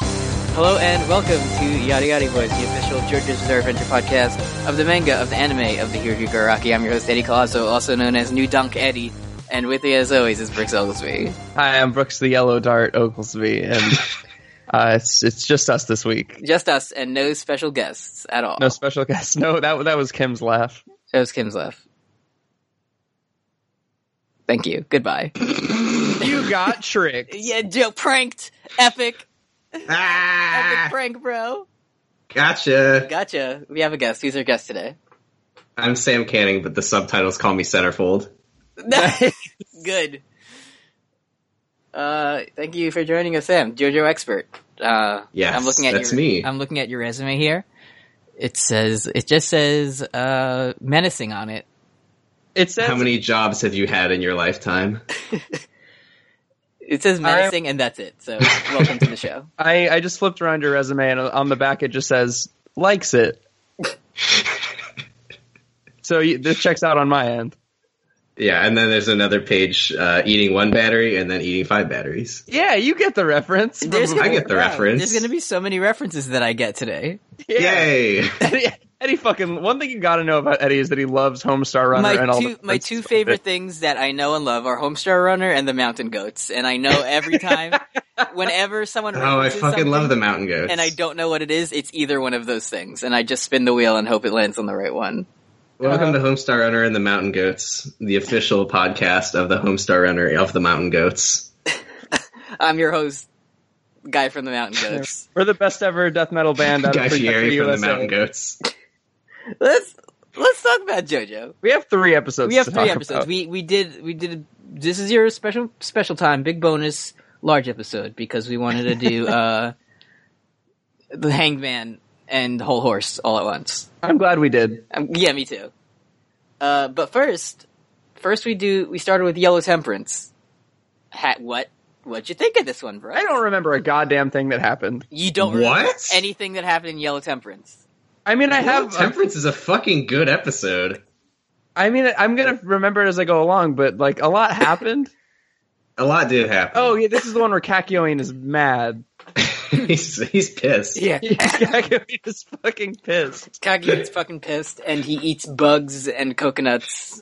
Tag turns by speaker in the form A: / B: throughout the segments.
A: Hello and welcome to Yada Yada Boys, the official JoJo's Bizarre Adventure podcast of the manga, of the anime, of the Hiroki Garaki. I'm your host, Eddie Colasso, also known as New Dunk Eddie, and with me as always is Brooks Oglesby.
B: Hi, I'm Brooks the Yellow Dart Oglesby, and uh, it's it's just us this week.
A: Just us and no special guests at all.
B: No special guests. No, that that was Kim's laugh.
A: That was Kim's laugh. Thank you. Goodbye.
B: You got tricked.
A: yeah, Joe, pranked. Epic. Epic
C: Ah,
A: prank, bro.
C: gotcha.
A: Gotcha. We have a guest. Who's our guest today?
C: I'm Sam Canning, but the subtitles call me Centerfold.
A: Good. Uh, thank you for joining us, Sam, JoJo expert. Uh,
C: Yes,
A: I'm looking at
C: that's
A: your,
C: me.
A: I'm looking at your resume here. It says it just says uh, menacing on it.
B: It says
C: How many jobs have you had in your lifetime?
A: It says menacing, and that's it. So welcome to the show.
B: I I just flipped around your resume, and on the back it just says likes it. so you, this checks out on my end.
C: Yeah, and then there's another page uh, eating one battery and then eating five batteries.
B: Yeah, you get the reference.
A: There's
C: I get the
A: wow,
C: reference.
A: There's going to be so many references that I get today.
B: Yeah.
C: Yay!
B: Eddie, Eddie fucking one thing you got to know about Eddie is that he loves Homestar Runner
A: my
B: and all
A: two
B: the
A: my two favorite things that I know and love are Homestar Runner and the Mountain Goats, and I know every time, whenever someone
C: Oh, I
A: references
C: fucking
A: something-
C: love the mountain goats.
A: and I don't know what it is, it's either one of those things, and I just spin the wheel and hope it lands on the right one.
C: Welcome to Homestar Runner and the Mountain Goats, the official podcast of the Homestar Runner of the Mountain Goats.
A: I'm your host, guy from the Mountain Goats.
B: We're the best ever death metal band. Out
C: Guy
B: of Free
C: Fieri
B: Country,
C: from the
B: USA.
C: Mountain Goats.
A: let's let's talk about JoJo.
B: We have three episodes.
A: We have
B: to
A: three
B: talk
A: episodes.
B: about.
A: We we did we did. This is your special special time, big bonus, large episode because we wanted to do uh the Hangman and the whole horse all at once.
B: I'm glad we did.
A: Um, yeah, me too. Uh, but first, first we do we started with Yellow Temperance. Hat what? What'd you think of this one, bro?
B: I don't remember a goddamn thing that happened.
A: You don't remember
C: What?
A: anything that happened in Yellow Temperance.
B: I mean, I have. uh,
C: Temperance is a fucking good episode.
B: I mean, I'm gonna remember it as I go along, but like a lot happened.
C: A lot did happen.
B: oh yeah, this is the one where Kakyoin is mad.
C: he's, he's pissed.
A: Yeah,
B: Kakyoin is fucking pissed.
A: Kagi gets fucking pissed, and he eats bugs and coconuts.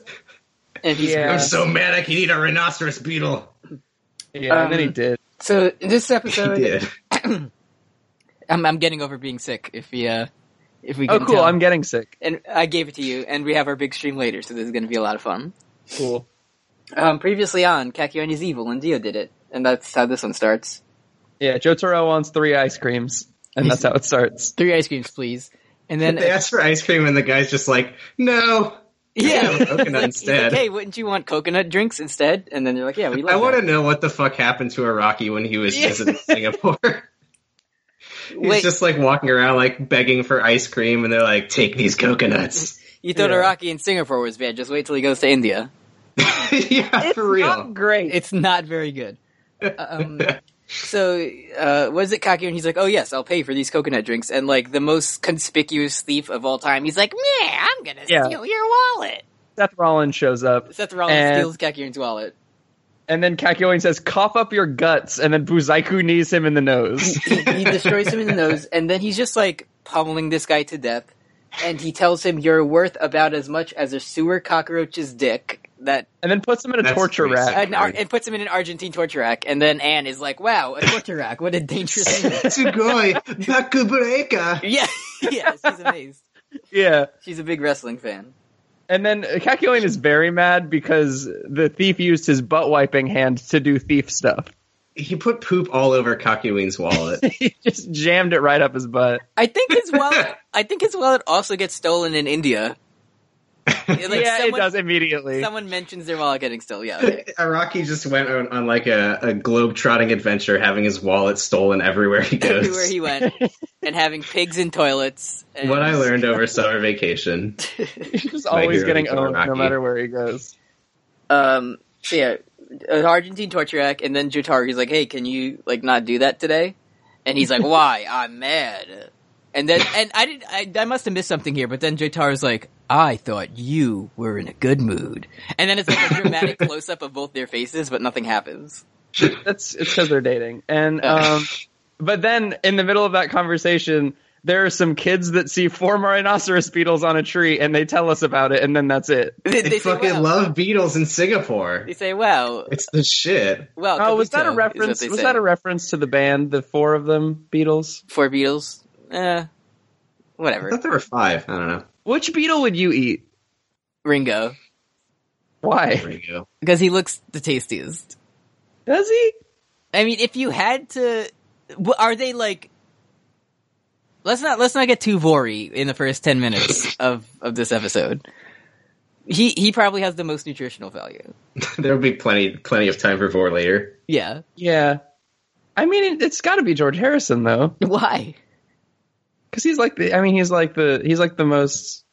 A: And he's
B: Yeah.
C: I'm so mad I could eat a rhinoceros beetle.
B: Yeah, and then he
A: Um,
B: did.
A: so in this
C: He
A: episode,
C: did.
A: I'm, I'm getting over being sick. If we, uh, if we,
B: Oh
A: can
B: cool,
A: tell.
B: I'm getting sick.
A: and I gave it to you, and we have our big stream later, so this is going to be a lot of fun.
B: Cool.
A: Um, previously on, Kakyoin is evil, and Dio did it, and that's how this one starts.
B: Yeah, Jotaro wants three ice creams, and that's how it starts.
A: Three ice creams, please. And then
C: They asked for ice cream, and the guy's just like, "No,
A: yeah,
C: have a coconut
A: He's like- he's like,
C: instead.
A: hey, wouldn't you want coconut drinks instead? And then they're like, yeah, we love
C: I want
A: that.
C: to know what the fuck happened to Iraqi when he was
B: Yeah.
C: visiting Singapore." He's
A: Wait,
C: just like walking around, like begging for ice cream, and they're like, "Take these coconuts."
A: you thought
B: Yeah.
A: Iraqi in Singapore was bad. Just wait till he goes to India.
C: yeah,
B: It's
C: for real.
B: not great.
A: It's not very good. Um, so, uh, was it Kaki? And he's like, oh yes, I'll pay for these coconut drinks. And like the most conspicuous thief of all time, he's like, yeah, I'm gonna
B: Yeah.
A: steal your wallet.
B: Seth Rollins shows up,
A: Seth Rollins
B: And-
A: steals Kakyoin's wallet.
B: and then Kakyoin says, "Cough up your guts," and then Buzaiku knees him in the nose.
A: he, he destroys him in the nose, and then he's just like pummeling this guy to death. And he tells him, "You're worth about as much as a sewer cockroach's dick." That
B: and then puts him in a
C: That's
B: torture
C: crazy.
B: rack.
A: and, Ar- and puts him in an Argentine torture rack. And then Anne is like, "Wow, a torture rack! What a dangerous thing!"
C: Sugoi, Bakubureka.
A: yeah, yeah, she's amazed.
B: Yeah.
A: She's a big wrestling fan.
B: And then Kakyoin is very mad because the thief used his butt wiping hand to do thief stuff.
C: He put poop all over Kakiwin's wallet.
B: he just jammed it right up his butt.
A: I think his wallet. I think his wallet also gets stolen in India. Like,
B: yeah,
A: someone,
B: it does immediately.
A: Someone mentions their wallet getting stolen. Yeah, okay.
C: Iraqi just went on, on like a, a globe-trotting adventure, having his wallet stolen everywhere he goes.
A: everywhere he went, and having pigs in toilets. And
C: what I learned over summer vacation.
B: He's just
C: My
B: always
C: hero,
B: getting
C: Mr.
B: owned no
C: Rocky.
B: matter where he goes.
A: Um, so yeah, an Argentine torture rack, and then Jotari's like, "Hey, can you like not do that today?" And he's like, "Why? I'm mad." And then, and I did, I, I must have missed something here, but then Jotaro's like, "I thought you were in a good mood," and then it's like a dramatic close up of both their faces, but nothing happens.
B: That's it's because they're dating. And um, but then in the middle of that conversation, there are some kids that see four rhinoceros beetles on a tree and they tell us about it, and then that's it.
A: They,
C: They,
A: they say,
C: fucking
A: wow.
C: love Beatles in Singapore.
A: They say, "Wow,
C: It's the shit.
A: well."
B: Oh, was that
A: Capito,"
B: a
A: is what
B: reference?
A: they
B: Was
A: say.
B: that a reference to the band, the four of them, Beatles?
A: four Beatles? Eh,
C: I
A: whatever.
C: thought there were five. I don't know.
B: Which beetle would you eat?
A: Ringo,
C: There
B: Why?
C: you go.
A: because he looks the tastiest.
B: Does he?
A: I mean, if you had to, w- are they like? Let's not let's not get too vory in the first ten minutes of of this episode. He he probably has the most nutritional value.
C: There'll be plenty, plenty of time for more later.
A: Yeah.
B: Yeah. I mean, it, it's got to be George Harrison though,
A: Why?
B: because he's like the. I mean, he's like the. He's like the most.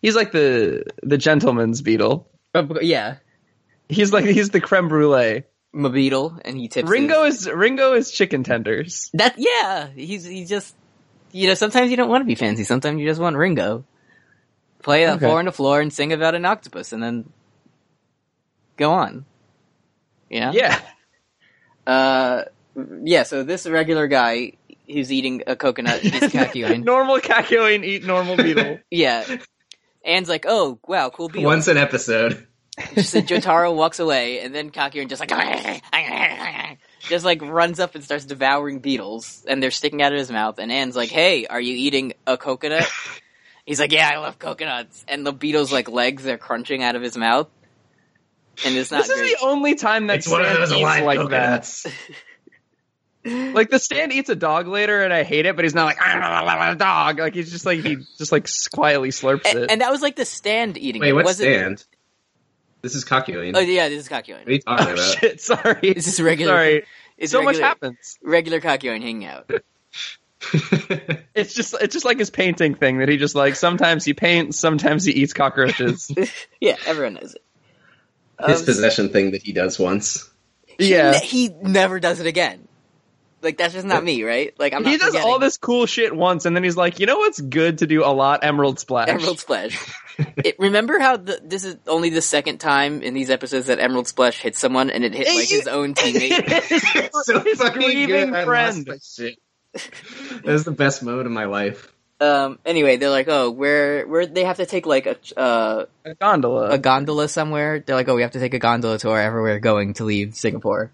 B: He's like the the gentleman's beetle.
A: yeah,
B: He's like he's the creme brulee.
A: I'm a beetle, and he tips.
B: Ringo
A: his-
B: is Ringo is chicken tenders.
A: that yeah. He's he just you know sometimes you don't want to be fancy. Sometimes you just want Ringo. Play a
B: Okay.
A: four on the floor and sing about an octopus, and then go on. You know.
B: Yeah.
A: Uh, yeah, so this regular guy who's eating a coconut is Kakyoin.
B: normal Kakyoin eat normal beetle.
A: yeah. Anne's like, oh, wow, cool beetle.
C: Once an episode.
A: So Jotaro walks away, and then Kakyoin just like, just like runs up and starts devouring beetles, and they're sticking out of his mouth, and Anne's like, hey, are you eating a coconut? He's like, yeah, I love coconuts. And the beetle's like legs are crunching out of his mouth. And it's not
B: this is
A: great.
B: the only time that
C: it's one of
B: Stan
C: those
B: eats
C: alive
B: like
C: coconuts.
B: that. Like the stand eats a dog later, and I hate it, but he's not like "Ah, dog. Like he's just like he just like quietly slurps
A: A-
B: it.
A: and, that was like the stand eating.
C: Wait,
A: it
C: what's
A: wasn't-
C: stand? This is cockyling.
A: Oh
C: what
A: yeah, this is Kakyoin.
C: are you talking
B: oh,
C: about?
B: shit, sorry.
A: This is regular.
B: Sorry.
A: It's
B: so
A: regular,
B: much happens.
A: Regular Kakyoin hanging out. Oh,
B: It's just it's just like his painting thing that he just like sometimes he paints, sometimes he eats cockroaches.
A: Yeah, everyone knows it.
C: His
A: Um,
C: possession thing that he does once.
B: yeah.
A: he never does it again. Like that's just not me, right? Like I'm. Not
B: He does
A: forgetting
B: all this cool shit once, and then he's like, you know what's good to do a lot? Emerald Splash.
A: Emerald Splash. it, remember how the, this is only the second time in these episodes that Emerald Splash hit someone and it hit like his own teammate.
C: It's so
B: His
C: fucking
B: grieving
C: good. I
B: friend.
C: lost my shit. That was the best moment of my life.
A: um. Anyway, they're like, oh, where where they have to take like a uh,
B: A gondola.
A: a gondola somewhere. They're like, oh, we have to take a gondola to wherever we're going to leave Singapore.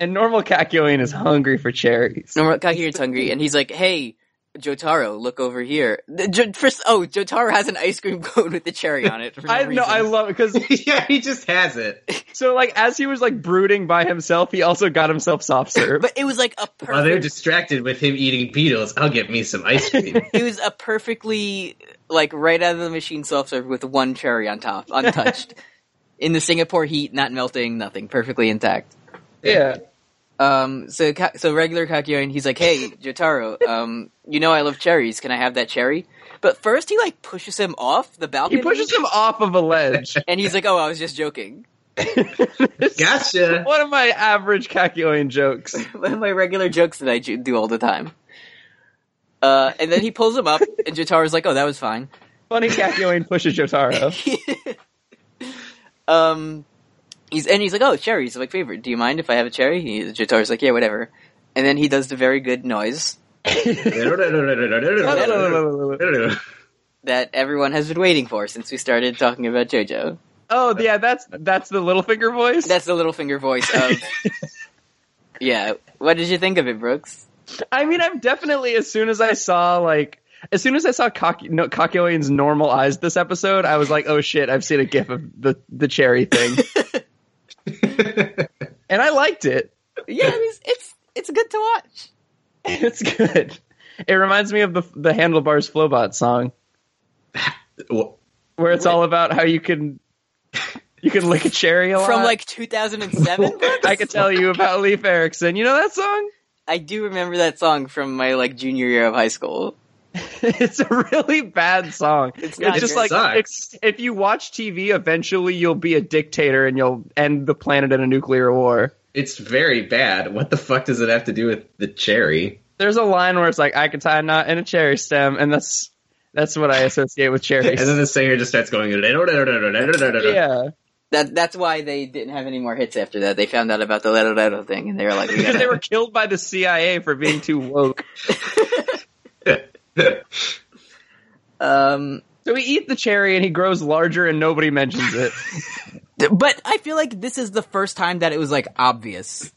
B: And normal Kakyoin is hungry for cherries.
A: Normal Kahiru's hungry, and he's like, "Hey, Jotaro, look over here." The- Jo- First, oh, Jotaro has an ice cream cone with the cherry on it. For no
B: I know, I
A: reason.
B: love it because
C: yeah, he just has it.
B: so like as he was like brooding by himself, he also got himself soft serve.
A: but it was like a
C: While they're
A: perfect.
C: distracted with him eating beetles, I'll get me some ice cream.
A: it was a perfectly like right out of the machine soft serve with one cherry on top, untouched, in the Singapore heat, not melting, nothing, perfectly intact.
B: yeah,
A: Um, so Ka- so regular Kakyoin, he's like, "Hey, Jotaro, um, you know I love cherries. Can I have that cherry?" But first, he like pushes him off the balcony.
B: he pushes him off of a ledge.
A: and he's like, "Oh, I was just joking."
C: gotcha.
B: One of my average Kakyoin jokes.
A: one of my regular jokes that I ju- do all the time. Uh, and then he pulls him up, and Jotaro's like, "Oh, that was fine."
B: Funny Kakyoin pushes Jotaro.
A: um, he's and he's like, "Oh, cherries are my favorite. Do you mind if I have a cherry?" He, Jotaro's like, "Yeah, whatever." And then he does the very good noise that everyone has been waiting for since we started talking about JoJo.
B: oh yeah, that's that's the Littlefinger voice.
A: That's the little finger voice of. yeah, what did you think of it, Brooks?
B: I mean, I'm definitely as soon as I saw like as soon as I saw Cock- no, Kakyoin's normal eyes this episode, I was like, oh shit, I've seen a gif of the the cherry thing, and I liked it.
A: Yeah, it was, it's it's good to watch.
B: It's good. It reminds me of the the handlebars flowbot song where it's all about how you can you can lick a cherry a lot.
A: From like 2007, Brooks?
B: uh, I could tell you about Leif Erikson. You know that song?
A: I do remember that song from my like junior year of high school.
B: It's a really bad song.
A: It's
B: It's,
A: not
B: just
A: good.
B: like
C: Sucks.
B: if, if you watch TV, eventually you'll be a dictator and you'll end the planet in a nuclear war.
C: It's very bad. What the fuck does it have to do with the cherry?
B: There's a line where it's like I could tie a knot in a cherry stem, and that's that's what I associate with
C: And
B: cherries.
C: then the singer just starts going. Yeah.
B: yeah.
A: That that's why they didn't have any more hits after that. They found out about the Leto Leto thing, and they were like, we
B: because
A: gotta-
B: they were killed by the CIA for being too woke.
A: um,
B: So he eats the cherry and he grows larger and nobody mentions it.
A: th- but I feel like this is the first time that it was like obvious.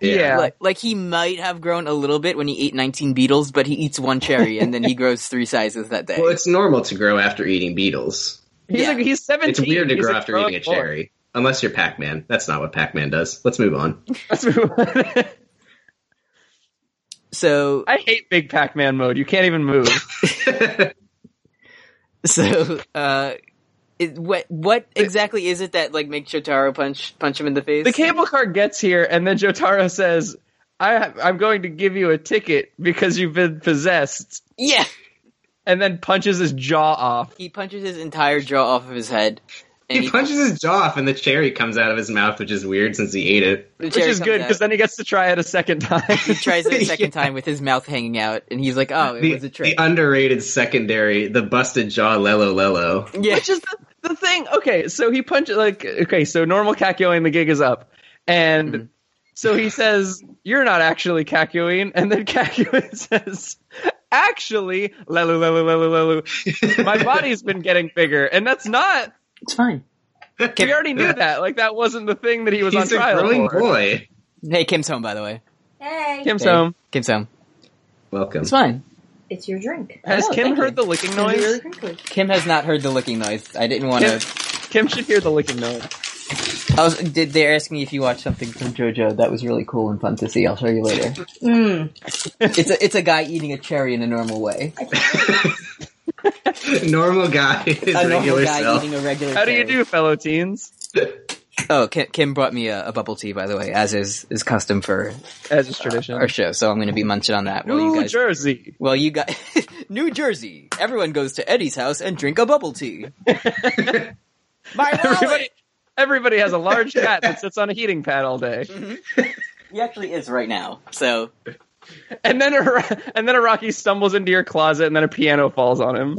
B: Yeah.
A: Like, like he might have grown a little bit when he ate 19 beetles, but he eats one cherry and then he grows three sizes that day.
C: Well, it's normal to grow after eating beetles.
B: He's
A: Yeah.
B: like he's seventeen.
C: It's weird to
B: He's
C: grow
B: a
C: after eating a
B: grown boy.
C: cherry. Unless you're Pac Man. That's not what Pac Man does. Let's move on.
B: That's what-
A: so
B: I hate big Pac-Man mode. You can't even move.
A: so uh, it, what what exactly is it that like makes Shotaro punch punch him in the face?
B: the cable car gets here, and then Jotaro says, I, "I'm going to give you a ticket because you've been possessed,"
A: yeah,
B: and then punches his jaw off.
A: he punches his entire jaw off of his head. And
C: he punches his jaw off and the cherry comes out of his mouth, which is weird since he ate it.
A: the
B: Which
A: cherry
B: is
A: comes
B: good
A: out.
B: because then he gets to try it a second time.
A: he tries it a second time with his mouth hanging out, and he's like, "Oh, it
C: The,
A: was a trick."
C: the underrated secondary, the busted jaw Lelo Lelo.
A: yeah,
B: Which is the, the thing. Okay, so he punches like okay, so normal Kakyoin, the gig is up, and
A: Mm-hmm.
B: so he says, "You're not actually Kakyoin," and then Kakyoin says, "Actually, lelu lelu lelu lelu, my body's been getting bigger, and that's not."
A: it's fine.
B: We already knew that. Like that wasn't the thing that he was
C: He's
B: on
C: a
B: trial
C: growing
B: for.
C: boy.
A: Hey, Kim's home, by the way.
D: Hey,
B: Kim's
A: Hey.
B: home.
A: Kim's home.
C: Welcome.
A: It's fine.
D: it's your drink.
B: Has
A: Oh,
B: Kim
A: thank
B: heard
A: you.
B: the licking
D: It's really
B: noise?
D: crinkly.
A: Kim has not heard the licking noise. I didn't want
B: Kim,
A: to.
B: Kim should hear the licking noise.
A: I was. Did they're asking if you watched something from JoJo that was really cool and fun to see? I'll show you later.
D: Mm.
A: it's a it's a guy eating a cherry in a normal way.
C: normal guy in his
A: a normal
C: regular
A: guy
C: self.
A: eating a regular.
B: How do you
A: cherry.
B: do, fellow teens?
A: Oh, Kim, Kim brought me a, a bubble tea, by the way, as is is custom for
B: As is tradition.
A: our show. So I'm going to be munching on that. while you
B: New
A: guys
B: Jersey.
A: Well, you got New Jersey. Everyone goes to Eddie's house and drink a bubble tea. My wallet.
B: Everybody, everybody has a large hat that sits on a heating pad all day,
A: He actually is right now. So
B: and then a, Ro- and then a Rocky stumbles into your closet, and then a piano falls on him.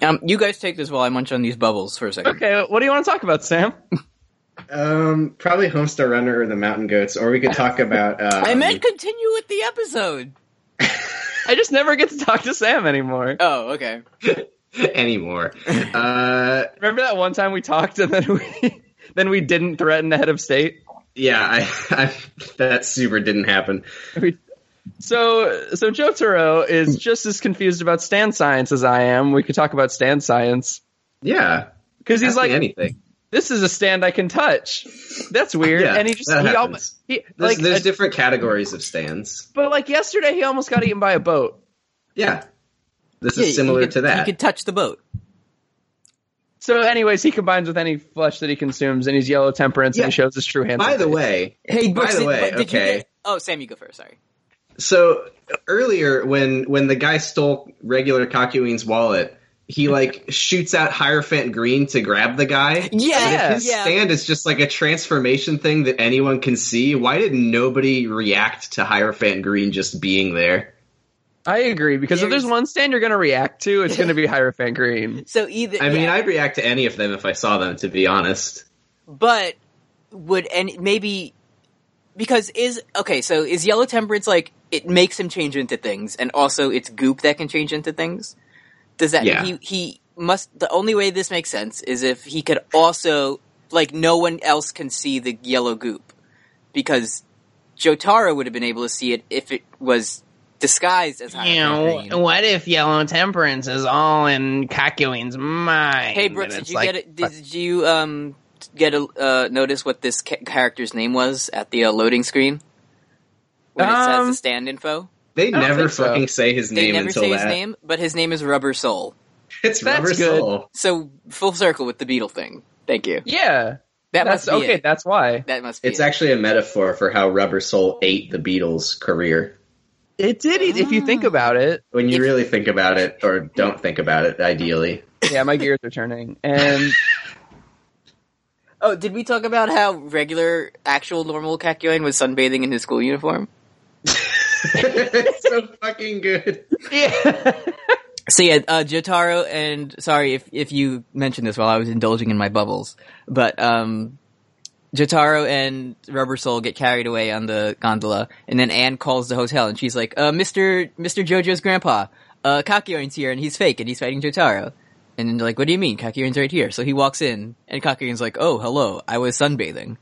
A: um, you guys take this while I munch on these bubbles for a second.
B: Okay, what do you want to talk about, Sam?
C: Um, probably Homestar Runner or the Mountain Goats, or we could talk about. Um,
A: I meant continue with the episode.
B: I just never get to talk to Sam anymore.
A: Oh, okay.
C: anymore. Uh,
B: Remember that one time we talked, and then we then we didn't threaten the head of state.
C: yeah, I, I that super didn't happen.
B: We, so so Joe Turo is
C: Hmm.
B: just as confused about stand science as I am. We could talk about stand science
C: Yeah,
B: because he's
C: ask me
B: like,
C: anything.
B: "This is a stand I can touch." That's weird,
C: Yeah,
B: and he just
C: that
B: he,
C: happens.
B: almost, he
C: There's,
B: like
C: there's
B: a-
C: different categories of stands.
B: But like yesterday, he almost got eaten by a boat.
C: Yeah, this
A: Yeah,
C: is similar
A: you could,
C: to that.
A: You could touch the boat.
B: So, anyways, he combines with any flesh that he consumes, and he's yellow temperance, and he
C: Yeah.
B: shows his true hands.
C: By the way,
A: Hey,
C: By
A: Brooks,
C: the
A: did-
C: way,
A: but did you
C: okay.
A: get- oh, Sam, you go first. Sorry.
C: so earlier when when the guy stole regular Kakuin's wallet, he like shoots out Hierophant Green to grab the guy.
A: Yeah,
C: His
A: yeah.
C: stand is just like a transformation thing that anyone can see. Why did nobody react to Hierophant Green just being there?
B: I agree because if
A: There's-
B: there's one stand you're going to react to, it's going to be Hierophant Green.
A: So either.
C: I mean,
A: yeah.
C: I'd react to any of them if I saw them, to be honest.
A: but would and maybe because is okay so is yellow temperance like it makes him change into things and also it's goop that can change into things does that
C: Yeah.
A: he he must the only way this makes sense is if he could also like no one else can see the yellow goop because jotaro would have been able to see it if it was disguised as Hierophant Green.
E: what if yellow temperance is all in Kakuin's mind?
A: hey brooks did you get
E: it?
A: it did you um get a uh, notice what this ca- character's name was at the uh, loading screen when it says
B: Um,
A: the stand info.
C: They
B: don't
C: never
B: think so.
C: fucking say his
A: They
C: name
A: never
C: until
A: say
C: that.
A: his name, but his name is Rubber Soul.
C: It's
B: That's
C: Rubber
B: good.
C: Soul.
A: So full circle with the beetle thing. Thank you.
B: Yeah,
A: That
B: that's
A: must be
B: okay.
A: it.
B: That's why
A: That must be
C: It's
A: it.
C: actually a metaphor for how Rubber Soul ate the Beatles' career.
B: it did. eat- If you think
A: Ah.
B: about it,
C: When you
A: If-
C: really think about it, or don't think about it, ideally.
B: yeah, my gears are turning, and
A: oh, did we talk about how regular, actual, normal Kakyoin was sunbathing in his school uniform?
C: it's so fucking good.
B: yeah,
A: So yeah, uh, Jotaro and sorry if if you mentioned this while I was indulging in my bubbles, but um, Jotaro and Rubber Soul get carried away on the gondola, and then Anne calls the hotel and she's like, uh, "Mister Mister Jojo's grandpa, uh, Kakyoin's here and he's fake and he's fighting Jotaro." And then they're like, "What do you mean? Kakyoin's right here." So he walks in, and Kakyoin's like, "Oh, hello, I was sunbathing."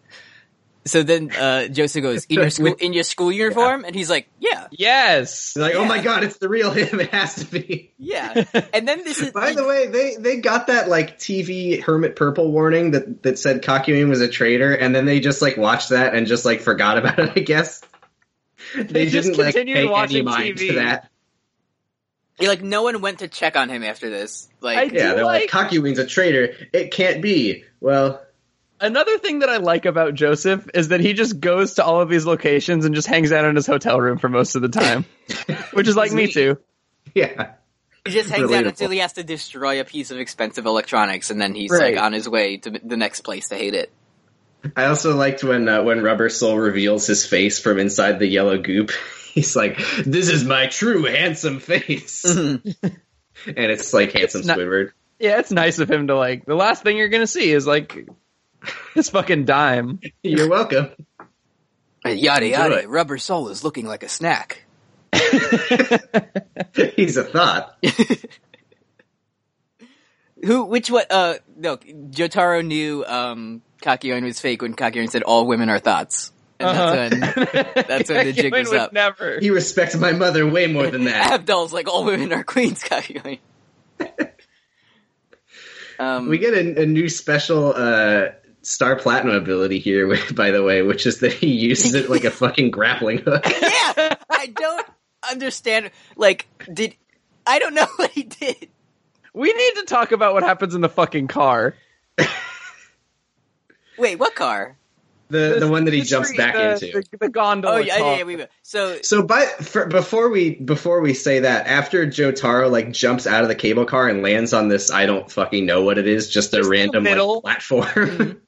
A: So then uh, Joseph goes, "In your school in your school uniform," and he's like, "Yeah,
B: Yes.
C: They're like, oh
A: Yeah.
C: my god, it's the real him. It has to be.
A: yeah." And then this is
C: By the way, they they got that like TV Hermit Purple warning that that said Kakyoin was a traitor, and then they just like watched that and just like forgot about it. I guess they,
B: just
C: didn't like pay
B: continued
C: any
B: watching
C: mind to
B: TV.
C: that.
A: Yeah, like no one went to check on him after this.
B: I
A: Like,
B: do
C: Yeah, they're like,
B: like-
C: Kakyoin's a traitor. It can't be. Well,
B: Another thing that I like about Joseph is that he just goes to all of these locations and just hangs out in his hotel room for most of the time, which is like me too.
C: yeah,
A: he just hangs out
C: Relatable.
A: until he has to destroy a piece of expensive electronics, and then he's
B: Right.
A: like on his way to the next place to hate it.
C: I also liked when uh, when Rubber Soul reveals his face from inside the yellow goop. He's like, "This is my true handsome face," and it's like handsome
B: Mm-hmm. not-
C: Squidward.
B: Yeah, it's nice of him to like. The last thing you're gonna see is like his fucking dime.
C: You're welcome.
A: Yada yada.
C: it.
A: Rubber soul is looking like a snack.
C: He's a thought.
A: Who? Which? What? Uh, no. Jotaro knew um Kakyoin was fake when Kakyoin said all women are thoughts, and that's when
B: that's
A: when the jig was up.
B: Uh-huh. Never.
C: He respects my mother way more than that.
A: Abdul's like all women are queens. Kakyoin. um,
C: We get a, a new special uh, star platinum ability here, which- by the way, which is that he uses it like a fucking grappling hook.
A: yeah, I don't understand. Like, did I don't know what he did?
B: We need to talk about what happens in the fucking car.
A: Wait, what car?
C: The the one that he
B: The
C: jumps
B: street-
C: back
B: the-
C: into.
B: the, the gondola.
A: Oh yeah, yeah,
B: car.
A: yeah, we will. So
C: So, but for, before we before we say that, after Jotaro like jumps out of the cable car and lands on this, I don't fucking know what it is, just a
B: Just the
C: random
B: middle.
C: like,
A: Mm-hmm.
C: platform,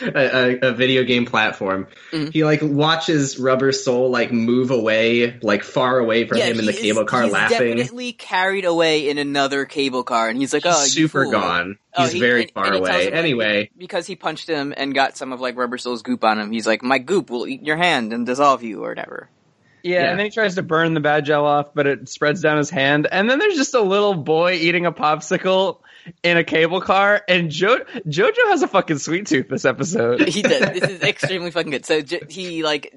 C: a, a, a video game platform.
A: Mhm.
C: He like watches Rubber Soul like move away, like far away from
A: yeah,
C: him in the
A: he is-
C: cable car,
A: he's
C: laughing.
A: Definitely carried away in another cable car, and he's like, "Oh, you
C: super
A: fool."
C: gone.
A: Oh,
C: He's
A: he-
C: very
A: and-
C: far
A: and he tells
C: away.
A: him, like,
C: anyway,
A: because he punched him and got some of like Rubber Soul's goop on him. He's like, "My goop will eat your hand and dissolve you, or whatever."
B: Yeah,
C: Yeah.
B: and then he tries to burn the bad gel off, but it spreads down his hand. And then there's just a little boy eating a popsicle in a cable car. And jo- Jojo has a fucking sweet tooth this episode.
A: He does. this is extremely fucking good. So j- he like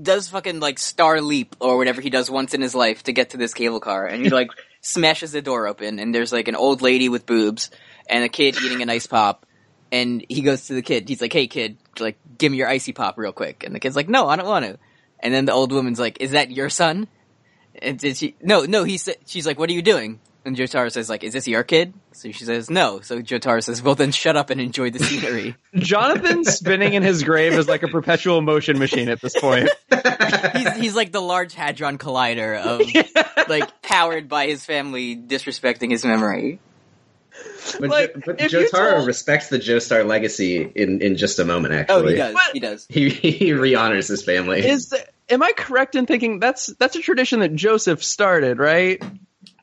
A: does fucking like star leap or whatever he does once in his life to get to this cable car, and he like smashes the door open, and there's like an old lady with boobs and a kid eating an ice pop, and he goes to the kid. He's like, "Hey, kid, like give me your icy pop real quick," and the kid's like, "No, I don't want to." And then the old woman's like, "Is that your son?" And did she? No, no. He said, "She's like, what are you doing?" And Jotaro says, "Like, is this your kid?" So she says, "No." So Jotaro says, "Well, then shut up and enjoy the scenery."
B: Jonathan spinning in his grave is like a perpetual motion machine at this point.
A: he's, he's like the large hadron collider of like powered by his family disrespecting his memory.
C: but,
B: Like,
C: Jo- but
B: if you
C: Jotaro
B: told-
C: respects the Joestar legacy in in just a moment.
A: Oh,
C: Actually,
A: he does.
B: What?
A: He does.
C: He he re-honors his family.
B: Is the- Am I correct in thinking that's that's a tradition that Joseph started, right?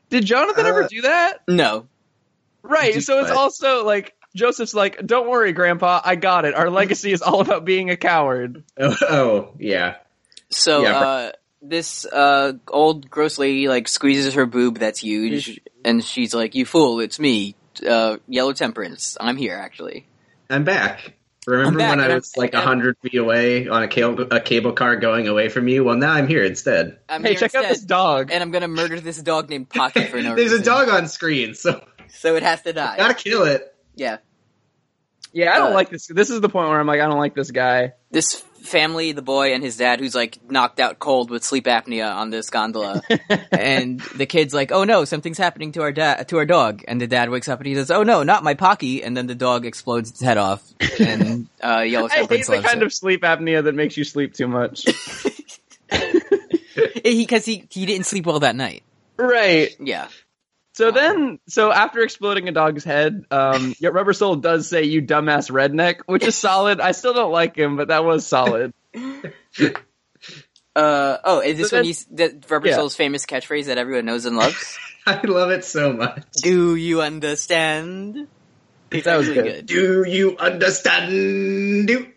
B: Did Jonathan ever
C: Uh,
B: do that?
A: No.
B: Right. So it's
C: But-
B: also like Joseph's like, "Don't worry, Grandpa, I got it. Our legacy is all about being a coward."
C: oh, oh, yeah.
A: So
C: Yeah,
A: uh, this uh, old gross lady like squeezes her boob that's huge, and she's like, "You fool! It's me, uh, Yellow Temperance. I'm here actually."
C: I'm back. Remember
A: I'm back,
C: when
A: and
C: I
A: I'm-
C: was like
A: and-
C: like hundred feet away on a cable a cable car going away from you? Well, now I'm here instead.
A: I'm
B: hey,
A: here
B: check out
A: instead,
B: this dog.
A: And I'm gonna murder this dog named Pocket for no
C: There's
A: reason.
C: a dog on screen, so
A: so it has to die.
C: gotta kill it.
A: yeah.
B: Yeah, I don't
A: Uh,
B: like this. This is the point where I'm like, I don't like this guy.
A: this family, the boy and his dad, who's like knocked out cold with sleep apnea on this gondola, and the kid's like, "Oh no, something's happening to our dad, to our dog." And the dad wakes up and he says, "Oh no, not my Pocky!" And then the dog explodes its head off, and uh, yellow
B: I hate
A: temperance
B: the
A: loves
B: kind
A: it.
B: of sleep apnea that makes you sleep too much.
A: because he, he didn't sleep well that night.
B: right.
A: Yeah,
B: So then, so after exploding a dog's head, um, yeah, Rubber Soul does say, "You dumbass redneck," which is solid. I still don't like him, but that was solid.
A: Uh, oh, is this
B: So
A: when
B: then-
A: he's that Rubber
B: Yeah.
A: Soul's famous catchphrase that everyone knows and loves?
C: I love it so much.
A: Do you understand? It's
B: That was
A: actually
B: good.
C: Do you understand? Do-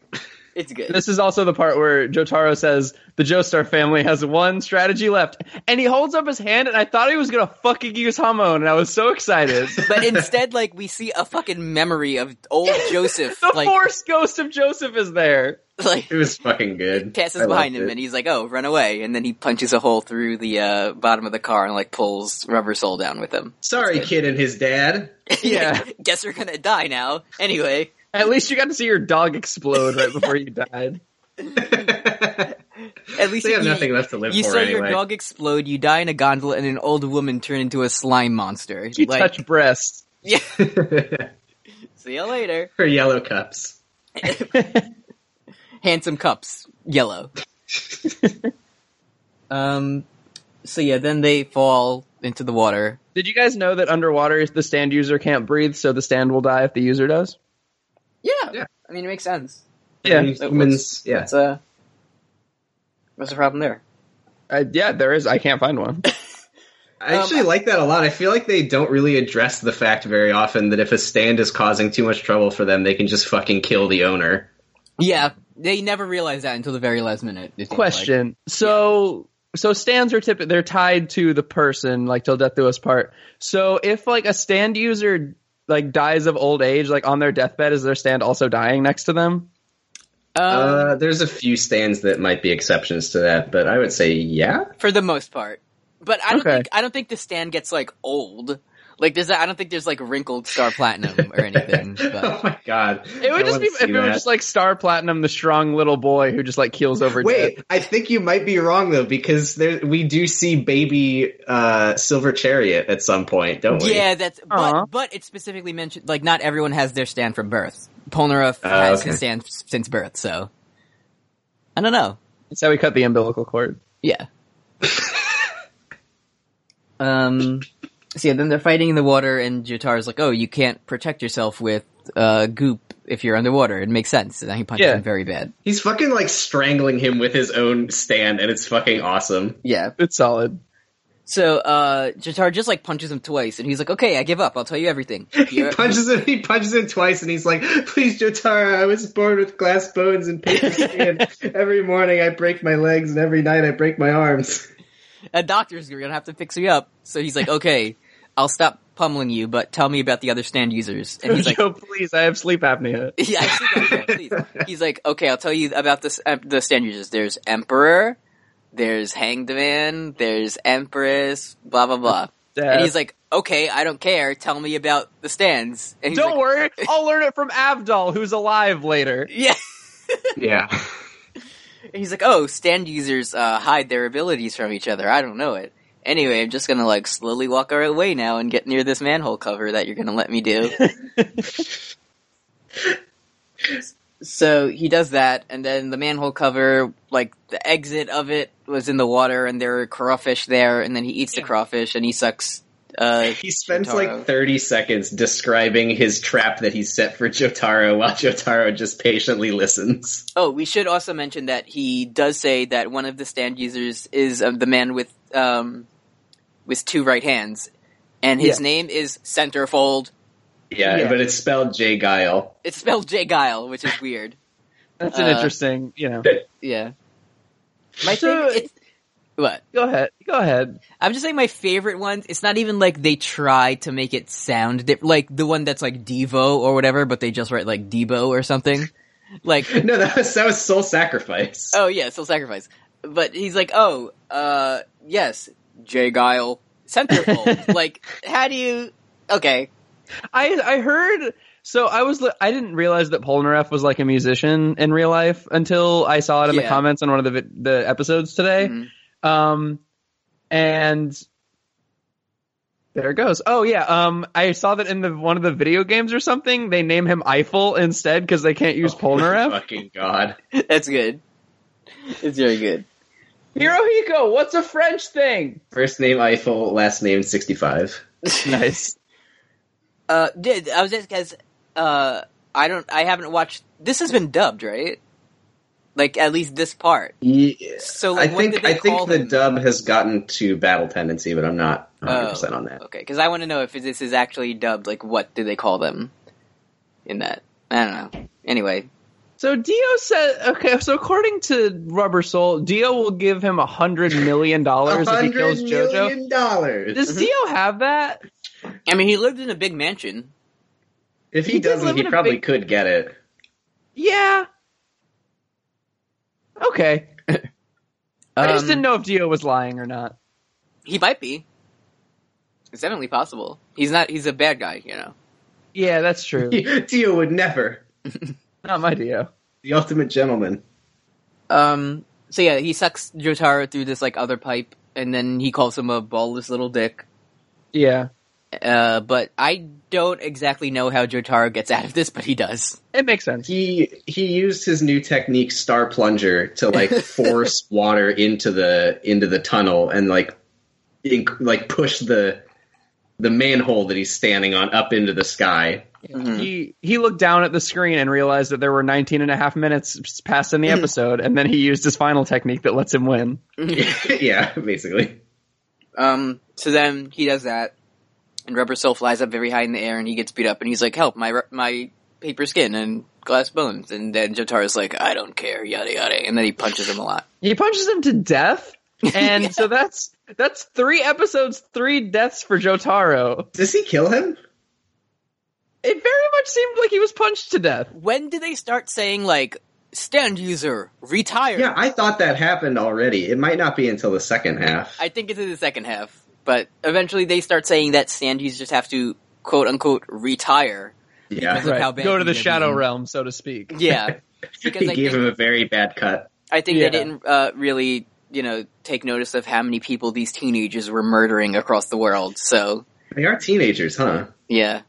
A: It's good.
B: This is also the part where Jotaro says the Joestar family has one strategy left, and he holds up his hand, and I thought he was gonna fucking use Hamon, and I was so excited.
A: But instead, like we see a fucking memory of old Joseph,
B: the
A: like
B: Force Ghost of Joseph is there.
A: like
C: It was fucking good.
A: Cass
C: I
A: is behind
C: liked
A: him,
C: it.
A: and he's like, "Oh, run away!" And then he punches a hole through the uh, bottom of the car and like pulls Rubber Soul down with him.
C: Sorry, kid and his dad.
B: Yeah.
A: guess we're gonna die now. Anyway,
B: At least you got to see your dog explode right before you died.
A: at least
C: they have
A: you,
C: nothing left to live
A: you
C: for
A: saw
C: anyway.
A: your dog explode. You die in a gondola, and an old woman turn into a slime monster.
B: She
A: like,
B: touched breasts.
A: yeah. See you later.
C: Her yellow cups.
A: Handsome cups, yellow. um. So yeah, then they fall into the water.
B: Did you guys know that underwater the stand user can't breathe, so the stand will die if the user does?
A: Yeah.
C: Yeah.
A: I mean, it makes sense.
B: Yeah.
C: And humans. Yeah,
A: That's uh, what's the problem there?
B: Uh, yeah, there is. I can't find one. Um,
C: I actually like that a lot. I feel like they don't really address the fact very often that if a stand is causing too much trouble for them, they can just fucking kill the owner.
A: Yeah, they never realize that until the very last minute. it seems like.
B: Question. so so stands are typically they're tied to the person, like till death do us part. So if like a stand user like dies of old age, like on their deathbed, is their stand also dying next to them?
A: Um,
C: Uh, there's a few stands that might be exceptions to that, but I would say yeah.
A: for the most part. But I don't
B: Okay.
A: think I don't think the stand gets like old. Like there's I don't think there's like wrinkled star platinum or anything. But
C: oh my god!
B: It would just be if it was just like Star Platinum, the strong little boy who just like keels over.
C: Wait,
B: dead.
C: I think you might be wrong though, because there we do see baby uh, Silver Chariot at some point, don't we?
A: yeah, that's
B: Aw.
A: but but it's specifically mentioned like not everyone has their stand from birth. Polnareff
C: Oh,
A: has
C: okay.
A: his stand s- since birth, so I don't know.
B: that's how we cut the umbilical cord.
A: Yeah. um. So yeah, then they're fighting in the water, and Jotaro's like, "Oh, you can't protect yourself with uh, goop if you're underwater. It makes sense." And then he punches
B: Yeah.
A: him very bad.
C: He's fucking like strangling him with his own stand, and it's fucking awesome.
A: Yeah.
B: It's solid.
A: So uh, Jotaro just like punches him twice, and he's like, "Okay, I give up. I'll tell you everything."
C: He punches him. He punches him twice, and he's like, "Please, Jotaro, I was born with glass bones and paper skin. every morning I break my legs, and every night I break my arms."
A: a doctor's gonna have to fix you up. So he's like, "Okay, I'll stop pummeling you, but tell me about the other stand users." And he's like,
B: Yo, please, I have sleep apnea.
A: Yeah, I see that, yeah, please. He's like, okay, I'll tell you about this, um, the stand users. There's Emperor, there's Hanged Man, there's Empress, blah, blah, blah. And he's like, okay, I don't care. Tell me about the stands. And he's
B: Don't
A: like,
B: worry, I'll learn it from Avdol, who's alive later.
A: Yeah.
C: Yeah,
A: And he's like, oh, stand users uh, hide their abilities from each other. I don't know it. Anyway, I'm just gonna like slowly walk our way now and get near this manhole cover that you're gonna let me do. so he does that, and then the manhole cover, like the exit of it, was in the water, and there were crawfish there, and then he eats the crawfish and he sucks. Uh,
C: he spends
A: Jotaro.
C: like thirty seconds describing his trap that he set for Jotaro, while Jotaro just patiently listens.
A: oh, we should also mention that he does say that one of the stand users is uh, the man with um, with two right hands, and his
B: Yeah.
A: name is Centerfold.
C: Yeah,
B: Yeah.
C: but it's spelled J Guile.
A: It's spelled J Guile, which is weird.
B: That's an
A: Uh,
B: interesting, you know.
A: Yeah. My
B: So-
A: favorite. It's, what?
B: Go ahead. Go ahead.
A: I'm just saying my favorite ones. It's not even like they try to make it sound di- like the one that's like Devo or whatever, but they just write like Debo or something. Like,
C: No, that was that was Soul Sacrifice.
A: oh yeah, still sacrifice. But he's like, oh, uh, yes, J Guile, centerfold. like, how do you? Okay,
B: I I heard. So I was li- I didn't realize that Polnareff was like a musician in real life until I saw it in the
A: Yeah.
B: comments on one of the vi- the episodes today.
A: Mhm.
B: Um, and there it goes. Oh yeah. Um, I saw that in the one of the video games or something. They name him Eiffel instead because they can't
C: Oh,
B: use Polnareff.
C: Fucking god.
A: that's good. It's very good.
B: Hirohiko, what's a French thing?
C: First name Eiffel, last name 65.
B: Nice.
A: Uh, did I was just because uh, I don't, I haven't watched. This has been dubbed, right? Like at least this part.
C: Yeah.
A: So
C: I
A: like, what did
C: think
A: they
C: I think
A: call
C: the
A: him?
C: dub has gotten to battle tendency, but I'm not 100 percent on that.
A: Okay, because I want to know if this is actually dubbed. Like, what do they call them in that? I don't know. Anyway,
B: So Dio said, okay, so according to Rubber Soul, Dio will give him a hundred million dollars if he kills JoJo.
C: dollars.
B: Does Dio have that?
A: I mean, he lived in a big mansion.
C: if he,
B: He did live
C: doesn't, he
B: in a
C: probably
B: big-
C: could get it.
B: Yeah. Okay. I just
A: Um,
B: didn't know if Dio was lying or not.
A: He might be. It's definitely possible. He's not. He's a bad guy, you know.
B: Yeah, that's true.
C: Dio would never.
B: not my Dio.
C: The ultimate gentleman.
A: Um. So yeah, he sucks Jotaro through this like other pipe, and then he calls him a ballless little dick.
B: Yeah.
A: Uh, but I don't exactly know how Jotaro gets out of this, but he does.
B: It makes sense.
C: He he used his new technique, star plunger, to like force water into the into the tunnel and like inc- like push the the manhole that he's standing on up into the sky.
A: Mm-hmm.
B: He he looked down at the screen and realized that there were 19 and a half minutes passed in the episode, and then he used his final technique that lets him win.
C: yeah, basically.
A: Um, so then he does that, and Rubber Soul flies up very high in the air, and he gets beat up, and he's like, "Help! My ru- my paper skin and glass bones." And then Jotaro's like, "I don't care," yada yada, and then he punches him a lot.
B: He punches him to death, and
A: Yeah.
B: so that's that's three episodes, three deaths for Jotaro.
C: Does he kill him?
B: It very much seemed like he was punched to death.
A: When do they start saying like, "Stand user, retire"?
C: Yeah, I thought that happened already. It might not be until the second half.
A: I think it's in the second half, but eventually they start saying that stand users just have to quote unquote retire.
C: yeah.
A: Look how bad
B: Go to
A: he
B: the
A: did
B: shadow
A: him.
B: realm, so to speak.
A: Yeah,
C: he
A: because I
C: gave
A: think,
C: him a very bad cut.
A: I think
B: yeah.
A: they didn't uh, really, you know, take notice of how many people these teenagers were murdering across the world. So
C: They are teenagers, huh?
A: yeah.